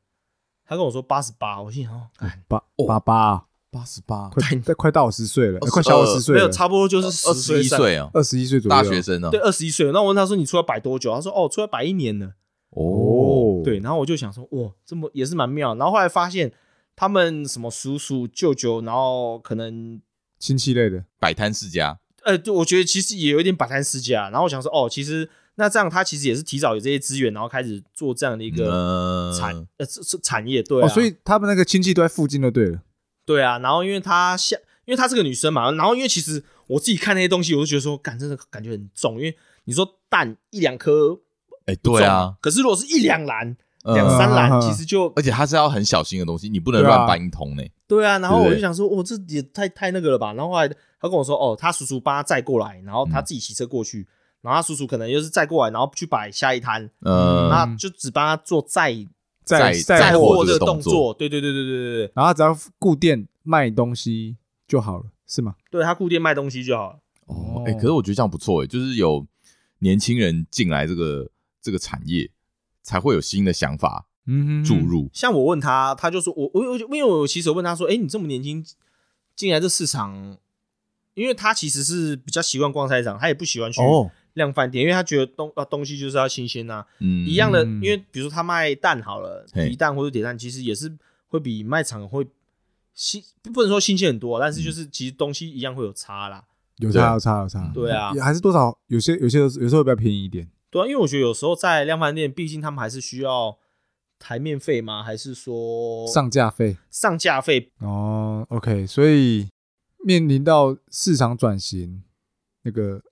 [SPEAKER 3] 他跟我说八十八，我心想哦，干
[SPEAKER 1] 爸爸爸，啊
[SPEAKER 2] 八十八，
[SPEAKER 1] 快快快到十岁了，
[SPEAKER 2] 22
[SPEAKER 1] 快小我十岁
[SPEAKER 3] 呃没
[SPEAKER 1] 了，
[SPEAKER 3] 有，差不多就是
[SPEAKER 2] 二
[SPEAKER 3] 10
[SPEAKER 2] 十一
[SPEAKER 3] 上，
[SPEAKER 2] 岁哦，
[SPEAKER 1] 二十一岁左右，
[SPEAKER 2] 大学生哦
[SPEAKER 3] 对，。二十一岁。然后我问他说：“你出来摆多久？”他说：“哦，出来摆一年了。”
[SPEAKER 2] 哦，
[SPEAKER 3] 对，然后我就想说，哇，这么也是蛮妙。然后后来发现他们什么叔叔、舅舅，然后可能
[SPEAKER 1] 亲戚类的，
[SPEAKER 2] 摆摊世家，
[SPEAKER 3] 呃，对，我觉得其实也有一点摆摊世家。然后我想说，哦，其实那这样他其实也是提早有这些资源，然后开始做这样的一个
[SPEAKER 2] 嗯，
[SPEAKER 3] 产、呃是是产业，对啊、
[SPEAKER 1] 哦，所以他们那个亲戚都在附近就对了，
[SPEAKER 3] 对啊。然后因为他下，因为她是个女生嘛，然后因为其实我自己看那些东西，我就觉得说，感真的感觉很重，因为你说蛋一两颗，
[SPEAKER 2] 哎，对啊，，
[SPEAKER 3] 可是如果是一两篮、
[SPEAKER 2] 嗯
[SPEAKER 3] 啊两三篮，
[SPEAKER 1] 嗯
[SPEAKER 3] 其实就
[SPEAKER 2] 而且它是要很小心的东西，你不能
[SPEAKER 1] 对啊
[SPEAKER 2] 乱搬一通呢。
[SPEAKER 3] 对啊，然后
[SPEAKER 2] 对
[SPEAKER 3] 我就想说，我这也太太那个了吧。然后后来他跟我说，哦，他叔叔帮他载过来，然后
[SPEAKER 2] 嗯
[SPEAKER 3] 他自己骑车过去，然后他叔叔可能又是载过来，然后去摆下一摊，
[SPEAKER 2] 嗯，
[SPEAKER 3] 那就只帮他做载
[SPEAKER 1] 在
[SPEAKER 2] 载载
[SPEAKER 1] 在
[SPEAKER 2] 货
[SPEAKER 3] 货
[SPEAKER 2] 这个
[SPEAKER 3] 这个
[SPEAKER 2] 动
[SPEAKER 3] 动
[SPEAKER 2] 作
[SPEAKER 3] 作。对对对对对对对，
[SPEAKER 1] 然后只要固店卖东西就好了，是吗？
[SPEAKER 3] 对他固定卖东西就好了。
[SPEAKER 2] 哦
[SPEAKER 1] 哦，
[SPEAKER 2] 哎，可是我觉得这样不错哎，就是有年轻人进来这个这个产业，才会有新的想法
[SPEAKER 1] 嗯
[SPEAKER 2] 注入。
[SPEAKER 3] 像我问他，他就说我我我因为我其实我问他说，哎，你这么年轻进来这市场，因为他其实是比较习惯逛菜市场，他也不喜欢去
[SPEAKER 1] 哦，
[SPEAKER 3] 量饭店，因为他觉得东啊东西就是要新鲜啊，
[SPEAKER 2] 嗯，
[SPEAKER 3] 一样的，
[SPEAKER 1] 嗯
[SPEAKER 3] 因为比如说他卖蛋好了，
[SPEAKER 2] 嘿
[SPEAKER 3] 皮蛋或者铁蛋，其实也是会比卖场会新，不能说新鲜很多，啊但是
[SPEAKER 2] 嗯
[SPEAKER 3] 就是其实东西一样会有差啦。
[SPEAKER 1] 有差有差有差，
[SPEAKER 3] 对啊
[SPEAKER 1] 也还是多少有些有些有时候比较便宜一点，
[SPEAKER 3] 对啊，因为我觉得有时候在量贩店，毕竟他们还是需要台面费吗？还是说
[SPEAKER 1] 上架费
[SPEAKER 3] 上架费？
[SPEAKER 1] 哦，OK，所以面临到市场转型，那个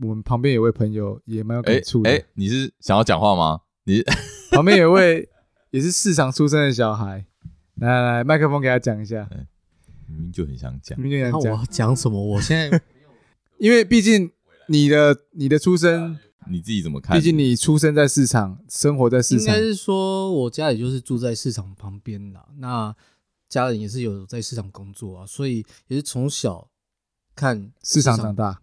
[SPEAKER 1] 我们旁边有位朋友也蛮有
[SPEAKER 2] 哎
[SPEAKER 1] 感触的，
[SPEAKER 2] 哎，你是想要讲话吗？你
[SPEAKER 1] 旁边有位也是市场出身的小孩，来来来，麦克风给他讲一下，
[SPEAKER 2] 明明就很想讲，
[SPEAKER 1] 明天
[SPEAKER 4] 那我
[SPEAKER 1] 讲
[SPEAKER 4] 要，讲什么？我现在
[SPEAKER 1] 因为毕竟你的你的出身，
[SPEAKER 2] 你自己怎么看？
[SPEAKER 1] 毕竟你出生在市场，生活在 市
[SPEAKER 4] 应
[SPEAKER 1] 场
[SPEAKER 4] 该，是说，我家里就是住在市场旁边啦。那家人也是有在市场工作啊，所以也是从小看
[SPEAKER 1] 市场长大，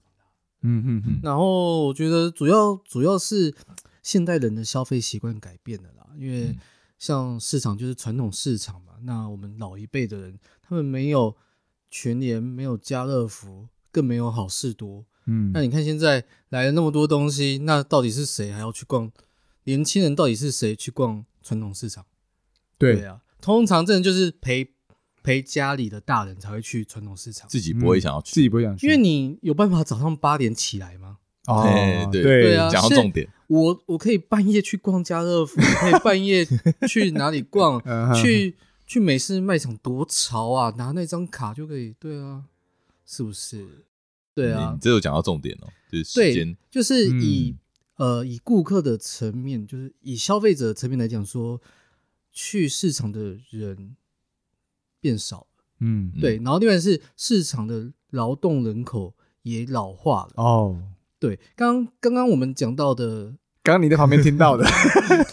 [SPEAKER 1] 嗯嗯嗯，
[SPEAKER 4] 然后我觉得主要主要是现代人的消费习惯改变了啦，因为
[SPEAKER 2] 嗯
[SPEAKER 4] 像市场就是传统市场嘛，那我们老一辈的人他们没有全联，没有家乐福，更没有好事多。
[SPEAKER 1] 嗯，
[SPEAKER 4] 那你看现在来了那么多东西，那到底是谁还要去逛？年轻人到底是谁去逛传统市场？
[SPEAKER 1] 对，
[SPEAKER 4] 啊，通常这人就是陪陪家里的大人才会去传统市场，
[SPEAKER 2] 自己不会想要
[SPEAKER 1] 嗯自
[SPEAKER 2] 去，
[SPEAKER 1] 己不会想去，
[SPEAKER 4] 因为你有办法早上八点起来吗？
[SPEAKER 1] 哦
[SPEAKER 2] 哎，
[SPEAKER 1] 对，
[SPEAKER 4] 对啊
[SPEAKER 2] 讲到
[SPEAKER 4] 是
[SPEAKER 2] 重点，
[SPEAKER 4] 我我可以半夜去逛家乐福，可以半夜去哪里逛
[SPEAKER 1] 嗯哼
[SPEAKER 4] 去去美式卖场多潮啊！拿那张卡就可以，对啊，是不是？对
[SPEAKER 2] 你
[SPEAKER 4] 啊
[SPEAKER 2] 你，这有讲到重点哦，就是时
[SPEAKER 4] 对
[SPEAKER 2] 间，，嗯
[SPEAKER 4] 就是以、呃以顾客的层面，就是以消费者的层面来讲说，去市场的人变少了，
[SPEAKER 1] 嗯
[SPEAKER 4] 对，然后另外是市场的劳动人口也老化了，
[SPEAKER 1] 哦，
[SPEAKER 4] 对，刚刚刚我们讲到的
[SPEAKER 1] 刚刚你在旁边听到 的，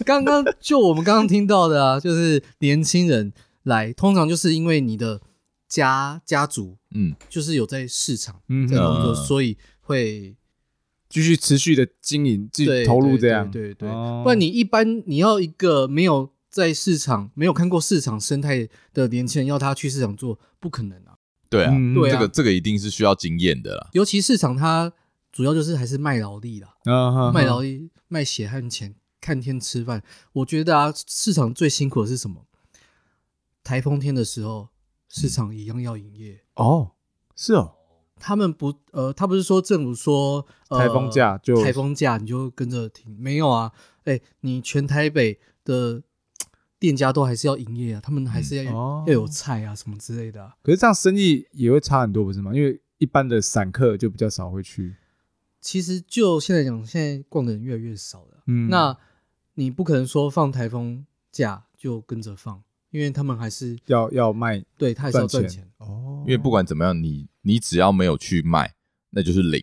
[SPEAKER 4] 刚刚就我们刚刚听到的啊，就是年轻人来，通常就是因为你的家家族
[SPEAKER 2] 嗯，
[SPEAKER 4] 就是有在市场
[SPEAKER 1] 嗯
[SPEAKER 4] 在工作，
[SPEAKER 2] 嗯
[SPEAKER 4] 所以会
[SPEAKER 1] 继续持续的经营，继续
[SPEAKER 4] 对
[SPEAKER 1] 投入
[SPEAKER 4] 对
[SPEAKER 1] 这样，
[SPEAKER 4] 对对对
[SPEAKER 1] 哦
[SPEAKER 4] 不然你一般你要一个没有在市场、没有看过市场生态的年轻人，要他去市场做，不可能啊。
[SPEAKER 2] 对啊，
[SPEAKER 1] 嗯
[SPEAKER 4] 对
[SPEAKER 2] 这
[SPEAKER 4] 啊
[SPEAKER 2] 个这个一定是需要经验的啦，
[SPEAKER 4] 尤其市场它主要就是还是卖劳力啦，
[SPEAKER 1] 嗯哼
[SPEAKER 4] 卖
[SPEAKER 1] 哼
[SPEAKER 4] 劳力、卖血汗钱、看天吃饭。我觉得啊，市场最辛苦的是什么？台风天的时候，
[SPEAKER 1] 嗯
[SPEAKER 4] 市场一样要营业。
[SPEAKER 1] 哦，是哦，
[SPEAKER 4] 他们不，呃，他不是说政府说、呃、
[SPEAKER 1] 台风假就
[SPEAKER 4] 台风假你就跟着停，没有啊，哎、你全台北的店家都还是要营业啊，他们还是要、
[SPEAKER 1] 嗯哦
[SPEAKER 4] 要有菜啊什么之类的啊、
[SPEAKER 1] 可是这样生意也会差很多，不是吗？因为一般的散客就比较少会去，
[SPEAKER 4] 其实就现在讲，现在逛的人越来越少了。
[SPEAKER 1] 嗯
[SPEAKER 4] 那你不可能说放台风假就跟着放，因为他们还是
[SPEAKER 1] 要要卖
[SPEAKER 4] 对他还是要
[SPEAKER 1] 赚
[SPEAKER 4] 赚钱。
[SPEAKER 1] 哦，
[SPEAKER 2] 因为不管怎么样，你你只要没有去卖，那就是零；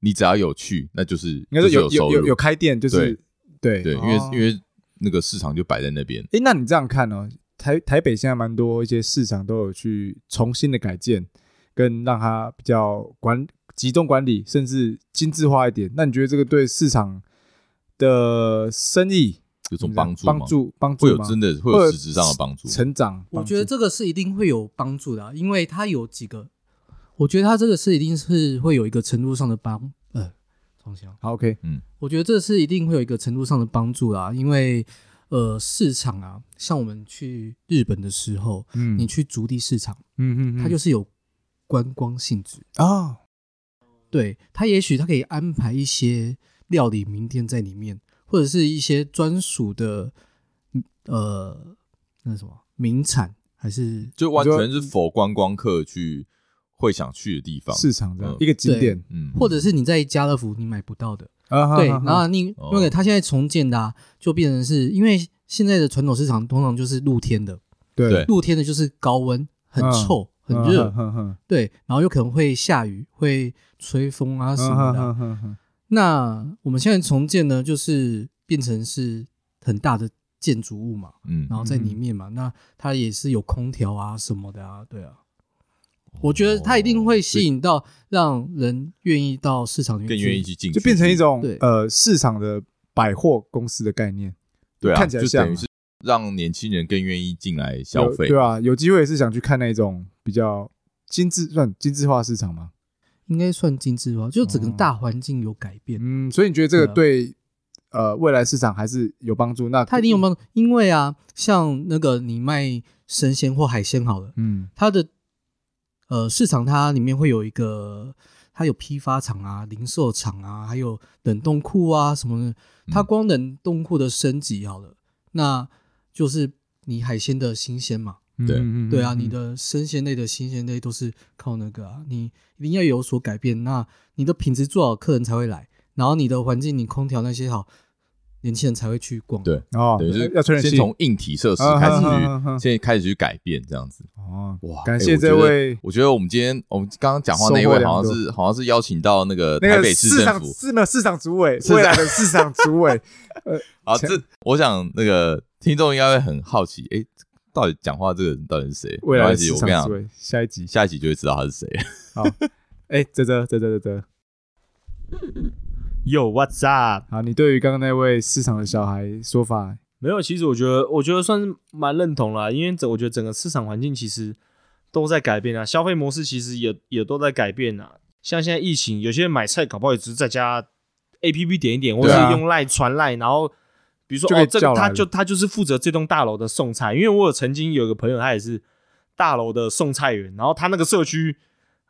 [SPEAKER 2] 你只要有去，那就是应
[SPEAKER 1] 应该是有
[SPEAKER 2] 收
[SPEAKER 1] 有
[SPEAKER 2] 入
[SPEAKER 1] 有有哦开店，就是对
[SPEAKER 2] 对，因为因为那个市场就摆在那边，
[SPEAKER 1] 哎，那你这样看哦，台台北现在蛮多一些市场都有去重新的改建，跟让它比较管集中管理，甚至精致化一点。那你觉得这个对市场的生意
[SPEAKER 2] 有
[SPEAKER 1] 怎
[SPEAKER 2] 种
[SPEAKER 1] 么
[SPEAKER 2] 帮助吗
[SPEAKER 1] 帮助帮助
[SPEAKER 2] 会有
[SPEAKER 1] 吗
[SPEAKER 2] 真的
[SPEAKER 1] 会
[SPEAKER 2] 会有
[SPEAKER 1] 有
[SPEAKER 2] 实质上的帮助。
[SPEAKER 1] 成长？
[SPEAKER 4] 我
[SPEAKER 1] 帮
[SPEAKER 4] 觉得
[SPEAKER 1] 助
[SPEAKER 4] 这个是一定会有帮助的啊、因为它有几个，我觉得它这个是一定是会有一个程度上的帮，呃，重新啊，
[SPEAKER 1] 好 OK，
[SPEAKER 4] 我觉得这是一定会有一个程度上的帮助啦、因为呃，市场啊，像我们去日本的时候，
[SPEAKER 1] 嗯
[SPEAKER 4] 你去足地市场，
[SPEAKER 1] 嗯嗯，
[SPEAKER 4] 它就是有观光性质，
[SPEAKER 1] 啊，
[SPEAKER 4] 对他，也许他可以安排一些料理名店在里面，或者是一些专属的，嗯呃，那是什么名产还是
[SPEAKER 2] 就完全
[SPEAKER 1] 你嗯
[SPEAKER 2] 是否观光客去会想去的地方。
[SPEAKER 1] 市场这样
[SPEAKER 2] 嗯
[SPEAKER 1] 一个景点，
[SPEAKER 2] 嗯，
[SPEAKER 4] 或者是你在家乐福你买不到的，
[SPEAKER 1] 啊哈
[SPEAKER 4] 对。
[SPEAKER 1] 哈哈
[SPEAKER 4] 然后你
[SPEAKER 2] 哦
[SPEAKER 4] 那个他现在重建的、啊，就变成是因为现在的传统市场通常就是露天的，
[SPEAKER 2] 对
[SPEAKER 4] 露天的就是高温，很
[SPEAKER 1] 嗯
[SPEAKER 4] 臭，很
[SPEAKER 1] 嗯
[SPEAKER 4] 热，啊
[SPEAKER 1] 哼哼
[SPEAKER 4] 对，然后有可能会下雨，会吹风啊什
[SPEAKER 1] 嗯
[SPEAKER 4] 么
[SPEAKER 1] 哼
[SPEAKER 4] 的啊
[SPEAKER 1] 哼。哼哼
[SPEAKER 4] 那我们现在重建呢，就是变成是很大的建筑物嘛，
[SPEAKER 2] 嗯
[SPEAKER 4] 然后在里面嘛，那它也是有空调啊什么的啊，对啊。
[SPEAKER 2] 哦
[SPEAKER 4] 我觉得它一定会吸引到让人愿意到市场里面
[SPEAKER 2] 更
[SPEAKER 4] 去
[SPEAKER 2] 愿意去进去，
[SPEAKER 1] 就变成一种
[SPEAKER 4] 对
[SPEAKER 1] 呃市场的百货公司的概念，
[SPEAKER 2] 对啊，
[SPEAKER 1] 看起来
[SPEAKER 2] 就
[SPEAKER 1] 像
[SPEAKER 2] 等于是让年轻人更愿意进来消
[SPEAKER 1] 有
[SPEAKER 2] 费。
[SPEAKER 1] 对啊，有机会也是想去看那种比较精致，算精致化市场吗？
[SPEAKER 4] 应该算精致化，就整个
[SPEAKER 1] 哦
[SPEAKER 4] 大环境有改变。
[SPEAKER 1] 嗯，所以你觉得这个
[SPEAKER 4] 对啊
[SPEAKER 1] 对呃未来市场还是有帮助？那
[SPEAKER 4] 它一定有帮助，因为啊，像那个你卖生鲜或海鲜好了，
[SPEAKER 1] 嗯
[SPEAKER 4] 它的呃市场它里面会有一个，它有批发厂啊、零售厂啊，还有冷冻库啊
[SPEAKER 1] 嗯
[SPEAKER 4] 什么的。它光冷冻库的升级好了，那就是你海鲜的新鲜嘛，
[SPEAKER 2] 对
[SPEAKER 1] 嗯嗯嗯
[SPEAKER 4] 对啊，
[SPEAKER 1] 嗯
[SPEAKER 4] 你的生鲜类的新鲜类都是靠那个啊，你一定要有所改变。那你的品质做好，客人才会来，然后你的环境、你空调那些好，年轻人才会去逛。
[SPEAKER 2] 对
[SPEAKER 1] 哦
[SPEAKER 2] 等于是
[SPEAKER 1] 要吹冷
[SPEAKER 2] 先
[SPEAKER 1] 气
[SPEAKER 2] 从硬体设施开始
[SPEAKER 1] 啊啊啊啊啊
[SPEAKER 2] 去，先开始去改变这样子。
[SPEAKER 1] 哦，
[SPEAKER 2] 哇，
[SPEAKER 1] 感
[SPEAKER 2] 哎
[SPEAKER 1] 谢这。位
[SPEAKER 2] 我觉得我觉得我们今天我们刚刚讲话那一
[SPEAKER 1] 收获
[SPEAKER 2] 位，
[SPEAKER 1] 良
[SPEAKER 2] 好像
[SPEAKER 1] 多
[SPEAKER 2] 是好像是邀请到那个
[SPEAKER 1] 那
[SPEAKER 2] 台
[SPEAKER 1] 个
[SPEAKER 2] 北市
[SPEAKER 1] 市
[SPEAKER 2] 政
[SPEAKER 1] 场
[SPEAKER 2] 府啊
[SPEAKER 1] 是没有市场主委，
[SPEAKER 2] 市
[SPEAKER 1] 未来
[SPEAKER 2] 长
[SPEAKER 1] 的市场主 委，
[SPEAKER 2] 啊。
[SPEAKER 1] 前
[SPEAKER 2] 这我想那个听众应该会很好奇，哎，到底讲话这个人到底是谁？
[SPEAKER 1] 未
[SPEAKER 2] 没
[SPEAKER 1] 来的
[SPEAKER 2] 关系
[SPEAKER 1] 市
[SPEAKER 2] 我跟你
[SPEAKER 1] 场主
[SPEAKER 2] 讲，
[SPEAKER 1] 委，下一集，
[SPEAKER 2] 下一集就会知道他是谁。
[SPEAKER 1] 哎，泽泽泽泽泽泽，
[SPEAKER 3] Yo what's up？
[SPEAKER 1] 好，你对于刚刚那位市场的小孩说法，
[SPEAKER 3] 没有，其实我觉得，我觉得算是蛮认同啦，因为整我觉得整个市场环境其实都在改变啊，消费模式其实也也都在改变啊。像现在疫情，有些人买菜搞不好也只是在家 A P P 点一点，或
[SPEAKER 1] 对
[SPEAKER 3] 者
[SPEAKER 1] 啊
[SPEAKER 3] 是用赖传赖，然后比如说
[SPEAKER 1] 就可以
[SPEAKER 3] 哦，这
[SPEAKER 1] 叫
[SPEAKER 3] 个
[SPEAKER 1] 来
[SPEAKER 3] 他
[SPEAKER 1] 了
[SPEAKER 3] 就他就是负责这栋大楼的送菜，因为我有曾经有一个朋友，他也是大楼的送菜员，然后他那个社区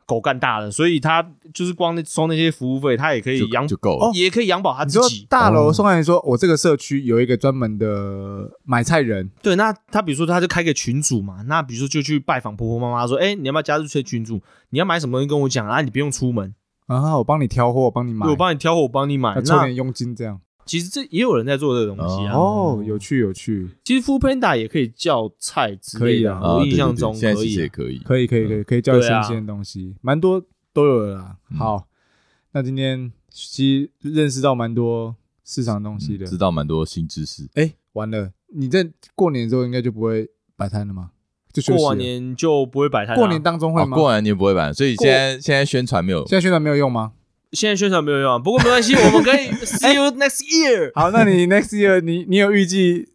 [SPEAKER 3] 狗干大了，所以他就是光那收那些服务费，他也可以
[SPEAKER 2] 就
[SPEAKER 3] 养
[SPEAKER 2] 就够了
[SPEAKER 3] 哦也可以养饱他
[SPEAKER 1] 你
[SPEAKER 3] 自
[SPEAKER 1] 说
[SPEAKER 3] 己。
[SPEAKER 1] 大
[SPEAKER 2] 哦
[SPEAKER 1] 楼送来说，我这个社区有一个专门的买菜人，
[SPEAKER 3] 对，那他比如说他就开个群组嘛，那比如说就去拜访婆婆妈妈说，哎、你要不要加入这群组？你要买什么东西跟我讲啊，你不用出门，
[SPEAKER 1] 然啊后我帮你挑货，我帮你买
[SPEAKER 3] 对，我帮你挑货，我帮你买。
[SPEAKER 1] 那抽
[SPEAKER 3] 那
[SPEAKER 1] 点佣金这样。
[SPEAKER 3] 其实这也有人在做这个东西
[SPEAKER 2] 嗯
[SPEAKER 3] 啊。
[SPEAKER 1] 哦，有趣有趣，
[SPEAKER 3] 其实 f o o Panda 也可以叫菜之类的，
[SPEAKER 1] 可以啊
[SPEAKER 2] 啊
[SPEAKER 3] 我
[SPEAKER 2] 对
[SPEAKER 3] 印
[SPEAKER 2] 对
[SPEAKER 3] 象
[SPEAKER 2] 对
[SPEAKER 3] 中
[SPEAKER 2] 现在
[SPEAKER 3] 可
[SPEAKER 2] 其实
[SPEAKER 3] 以
[SPEAKER 2] 也
[SPEAKER 3] 啊。
[SPEAKER 2] 可以。
[SPEAKER 1] 可以可以可以可以叫
[SPEAKER 3] 对
[SPEAKER 1] 新
[SPEAKER 3] 啊
[SPEAKER 1] 鲜的东西，蛮多都有了啦。
[SPEAKER 2] 嗯
[SPEAKER 1] 好，那今天其实认识到蛮多市场的东西的
[SPEAKER 2] 嗯。知道蛮多新知识，
[SPEAKER 1] 哎，完了，你在过年之后应该就不会摆摊了吗？就休息了
[SPEAKER 3] 过完年就不会摆摊、啊，
[SPEAKER 1] 过年当中会
[SPEAKER 2] 啊
[SPEAKER 1] 吗？
[SPEAKER 2] 过完年不会版，所以
[SPEAKER 3] 过
[SPEAKER 2] 现在现在宣传没有
[SPEAKER 1] 现在宣传没有用吗？
[SPEAKER 3] 现在宣传没有用啊，不过没关系，我们可
[SPEAKER 1] 哎
[SPEAKER 3] 以 see you next year。
[SPEAKER 1] 好，那你 next year 你你有预计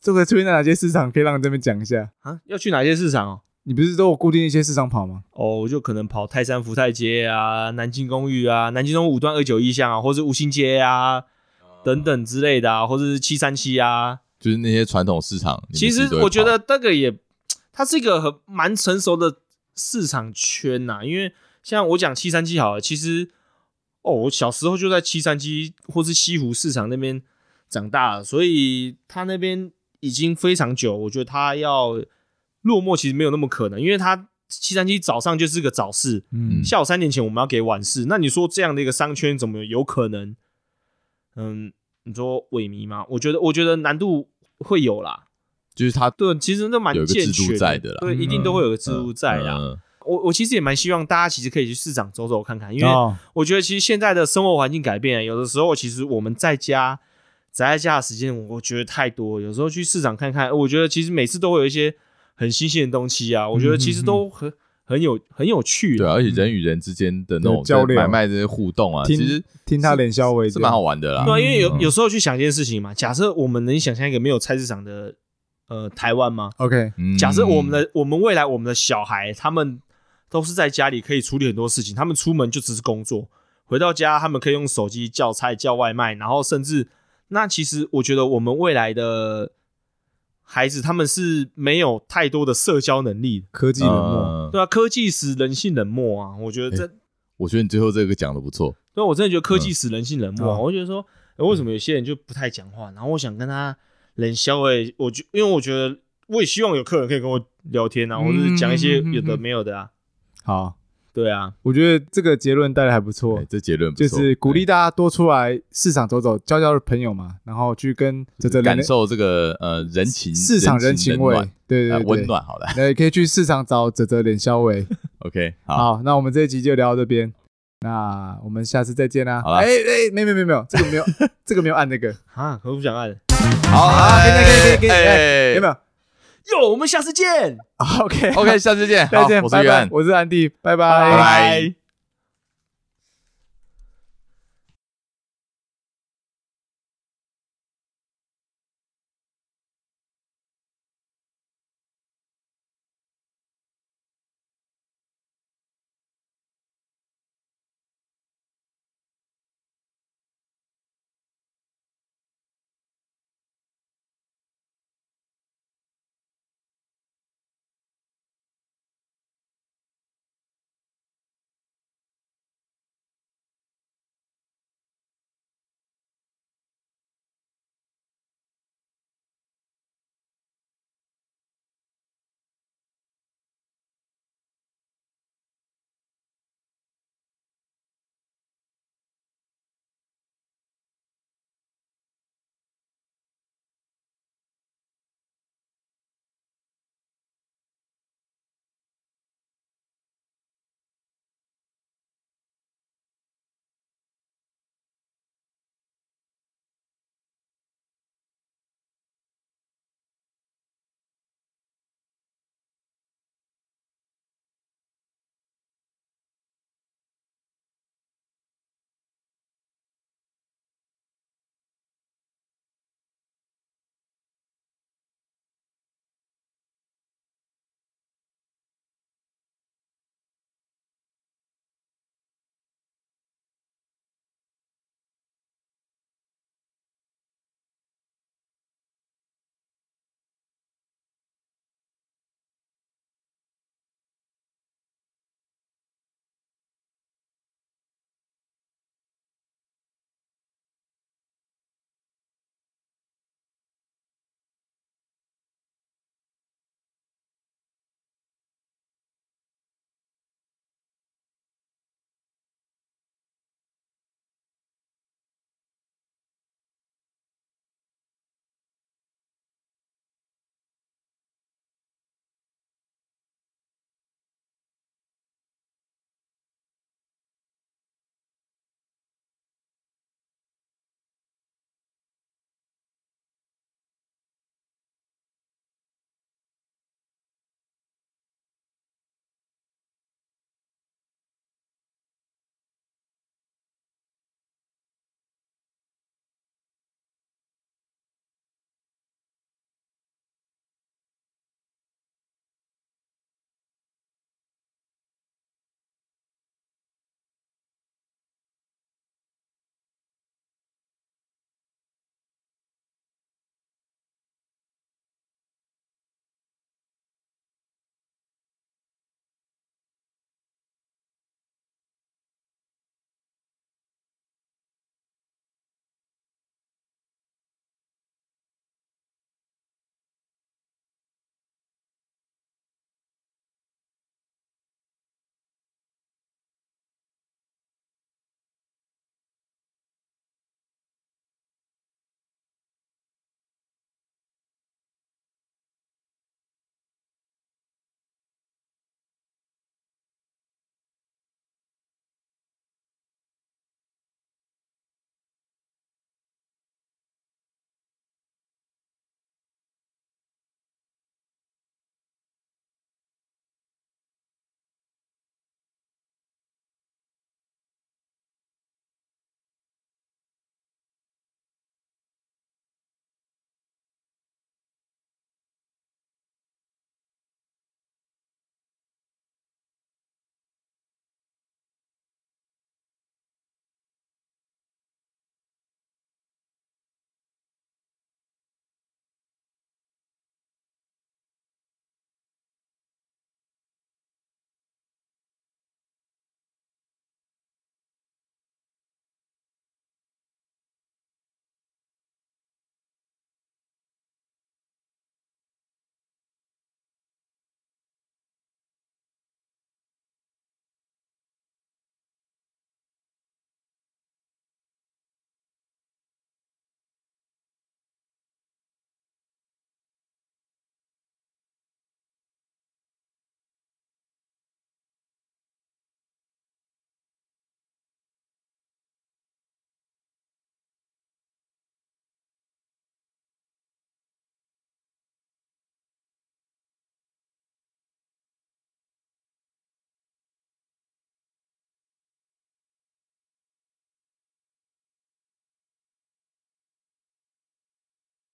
[SPEAKER 1] 这个出现在哪些市场？可以让你这边讲一下。
[SPEAKER 3] 啊，要去哪些市场哦？
[SPEAKER 1] 你不是都有固定一些市场跑吗？
[SPEAKER 3] 哦，我就可能跑泰山福泰街啊、南京公寓啊、南京东路五段二九一巷啊，或是吴兴街啊等等之类的啊，或者是七三七啊。
[SPEAKER 2] 就是那些传统市场。你们
[SPEAKER 3] 其
[SPEAKER 2] 自己
[SPEAKER 3] 实
[SPEAKER 2] 都会
[SPEAKER 3] 我觉
[SPEAKER 2] 跑
[SPEAKER 3] 得这个也，它是一个很蛮成熟的市场圈呐、因为像我讲七三七好了，其实哦，我小时候就在七三七或是西湖市场那边长大了，所以它那边已经非常久，我觉得它要落寞其实没有那么可能，因为它七三七早上就是个早市，
[SPEAKER 1] 嗯
[SPEAKER 3] 下午三点前我们要给晚市，那你说这样的一个商圈怎么有可能？嗯，你说萎靡吗？我觉得，我觉得难度会有啦。
[SPEAKER 2] 就是他
[SPEAKER 3] 对，其实都蛮
[SPEAKER 2] 有一个
[SPEAKER 3] 健
[SPEAKER 2] 制度
[SPEAKER 3] 全
[SPEAKER 2] 在的啦
[SPEAKER 3] 对，一定都会有个制度在啦。
[SPEAKER 2] 嗯
[SPEAKER 3] 我我其实也蛮希望大家其实可以去市场走走看看，因为
[SPEAKER 1] 哦，
[SPEAKER 3] 我觉得其实现在的生活环境改变了，有的时候其实我们在家宅在家的时间，我觉得太多了，有时候去市场看看，我觉得其实每次都会有一些很新鲜的东西啊，我觉得其
[SPEAKER 2] 嗯
[SPEAKER 3] 实都很很有很有趣
[SPEAKER 2] 对啊，
[SPEAKER 3] 啦。
[SPEAKER 2] 而且人与人之间的那种
[SPEAKER 1] 对交流
[SPEAKER 2] 买卖这些互动啊，其
[SPEAKER 1] 听
[SPEAKER 2] 实
[SPEAKER 1] 听他脸笑为
[SPEAKER 2] 是蛮好玩的啦。
[SPEAKER 3] 对啊，因为有
[SPEAKER 2] 嗯
[SPEAKER 3] 有时候去想一件事情嘛，假设我们能想象一个没有菜市场的呃台湾吗？
[SPEAKER 1] OK，
[SPEAKER 2] 嗯
[SPEAKER 3] 假设我们的我们未来我们的小孩他们都是在家里可以处理很多事情，他们出门就只是工作，回到家他们可以用手机叫菜叫外卖，然后甚至那其实我觉得我们未来的孩子他们是没有太多的社交能力的，
[SPEAKER 1] 科技冷漠，
[SPEAKER 2] 嗯
[SPEAKER 3] 对啊，科技使人性冷漠啊，我觉得这，
[SPEAKER 2] 我觉得你最后这个讲的不错，
[SPEAKER 3] 对啊我真的觉得科技使人性冷漠啊，嗯
[SPEAKER 1] 嗯
[SPEAKER 3] 我就觉得说、诶为什么有些人就不太讲话，然后我想跟他冷消诶，我就因为我觉得。我也希望有客人可以跟我聊天啊，或者是讲一些有的没有的啊。
[SPEAKER 1] 好，
[SPEAKER 3] 对啊，
[SPEAKER 1] 我觉得这个结论带的还不错
[SPEAKER 2] 哎，这结论不
[SPEAKER 1] 就
[SPEAKER 2] 错
[SPEAKER 1] 是鼓励
[SPEAKER 2] 哎
[SPEAKER 1] 大家多出来市场走走，交交朋友嘛，然后去跟这这
[SPEAKER 2] 感受这个呃人情
[SPEAKER 1] 市场人情味
[SPEAKER 2] 冷暖，
[SPEAKER 1] 对
[SPEAKER 2] 啊
[SPEAKER 1] 对对，
[SPEAKER 2] 温。暖好了。
[SPEAKER 1] 那也可以去市场找泽泽脸肖伟。
[SPEAKER 2] OK，好，
[SPEAKER 1] 好，那我们这一集就聊到这边，那我们下次再见啦。
[SPEAKER 2] 好啦
[SPEAKER 1] 哎哎，没有没有没有没有，这个没有这个没有按那个，
[SPEAKER 3] 啊，可不想按。
[SPEAKER 2] 好，
[SPEAKER 1] 可以可以可以可以
[SPEAKER 2] 哎
[SPEAKER 1] 有没有
[SPEAKER 3] 哟，我们下次见。
[SPEAKER 1] ？OK
[SPEAKER 2] ？OK，下次见，
[SPEAKER 1] 再见
[SPEAKER 2] 好，我是
[SPEAKER 1] 拜
[SPEAKER 2] 约
[SPEAKER 1] 拜
[SPEAKER 2] 翰，
[SPEAKER 1] 我是安迪，拜
[SPEAKER 2] 拜
[SPEAKER 1] 拜。
[SPEAKER 2] 拜。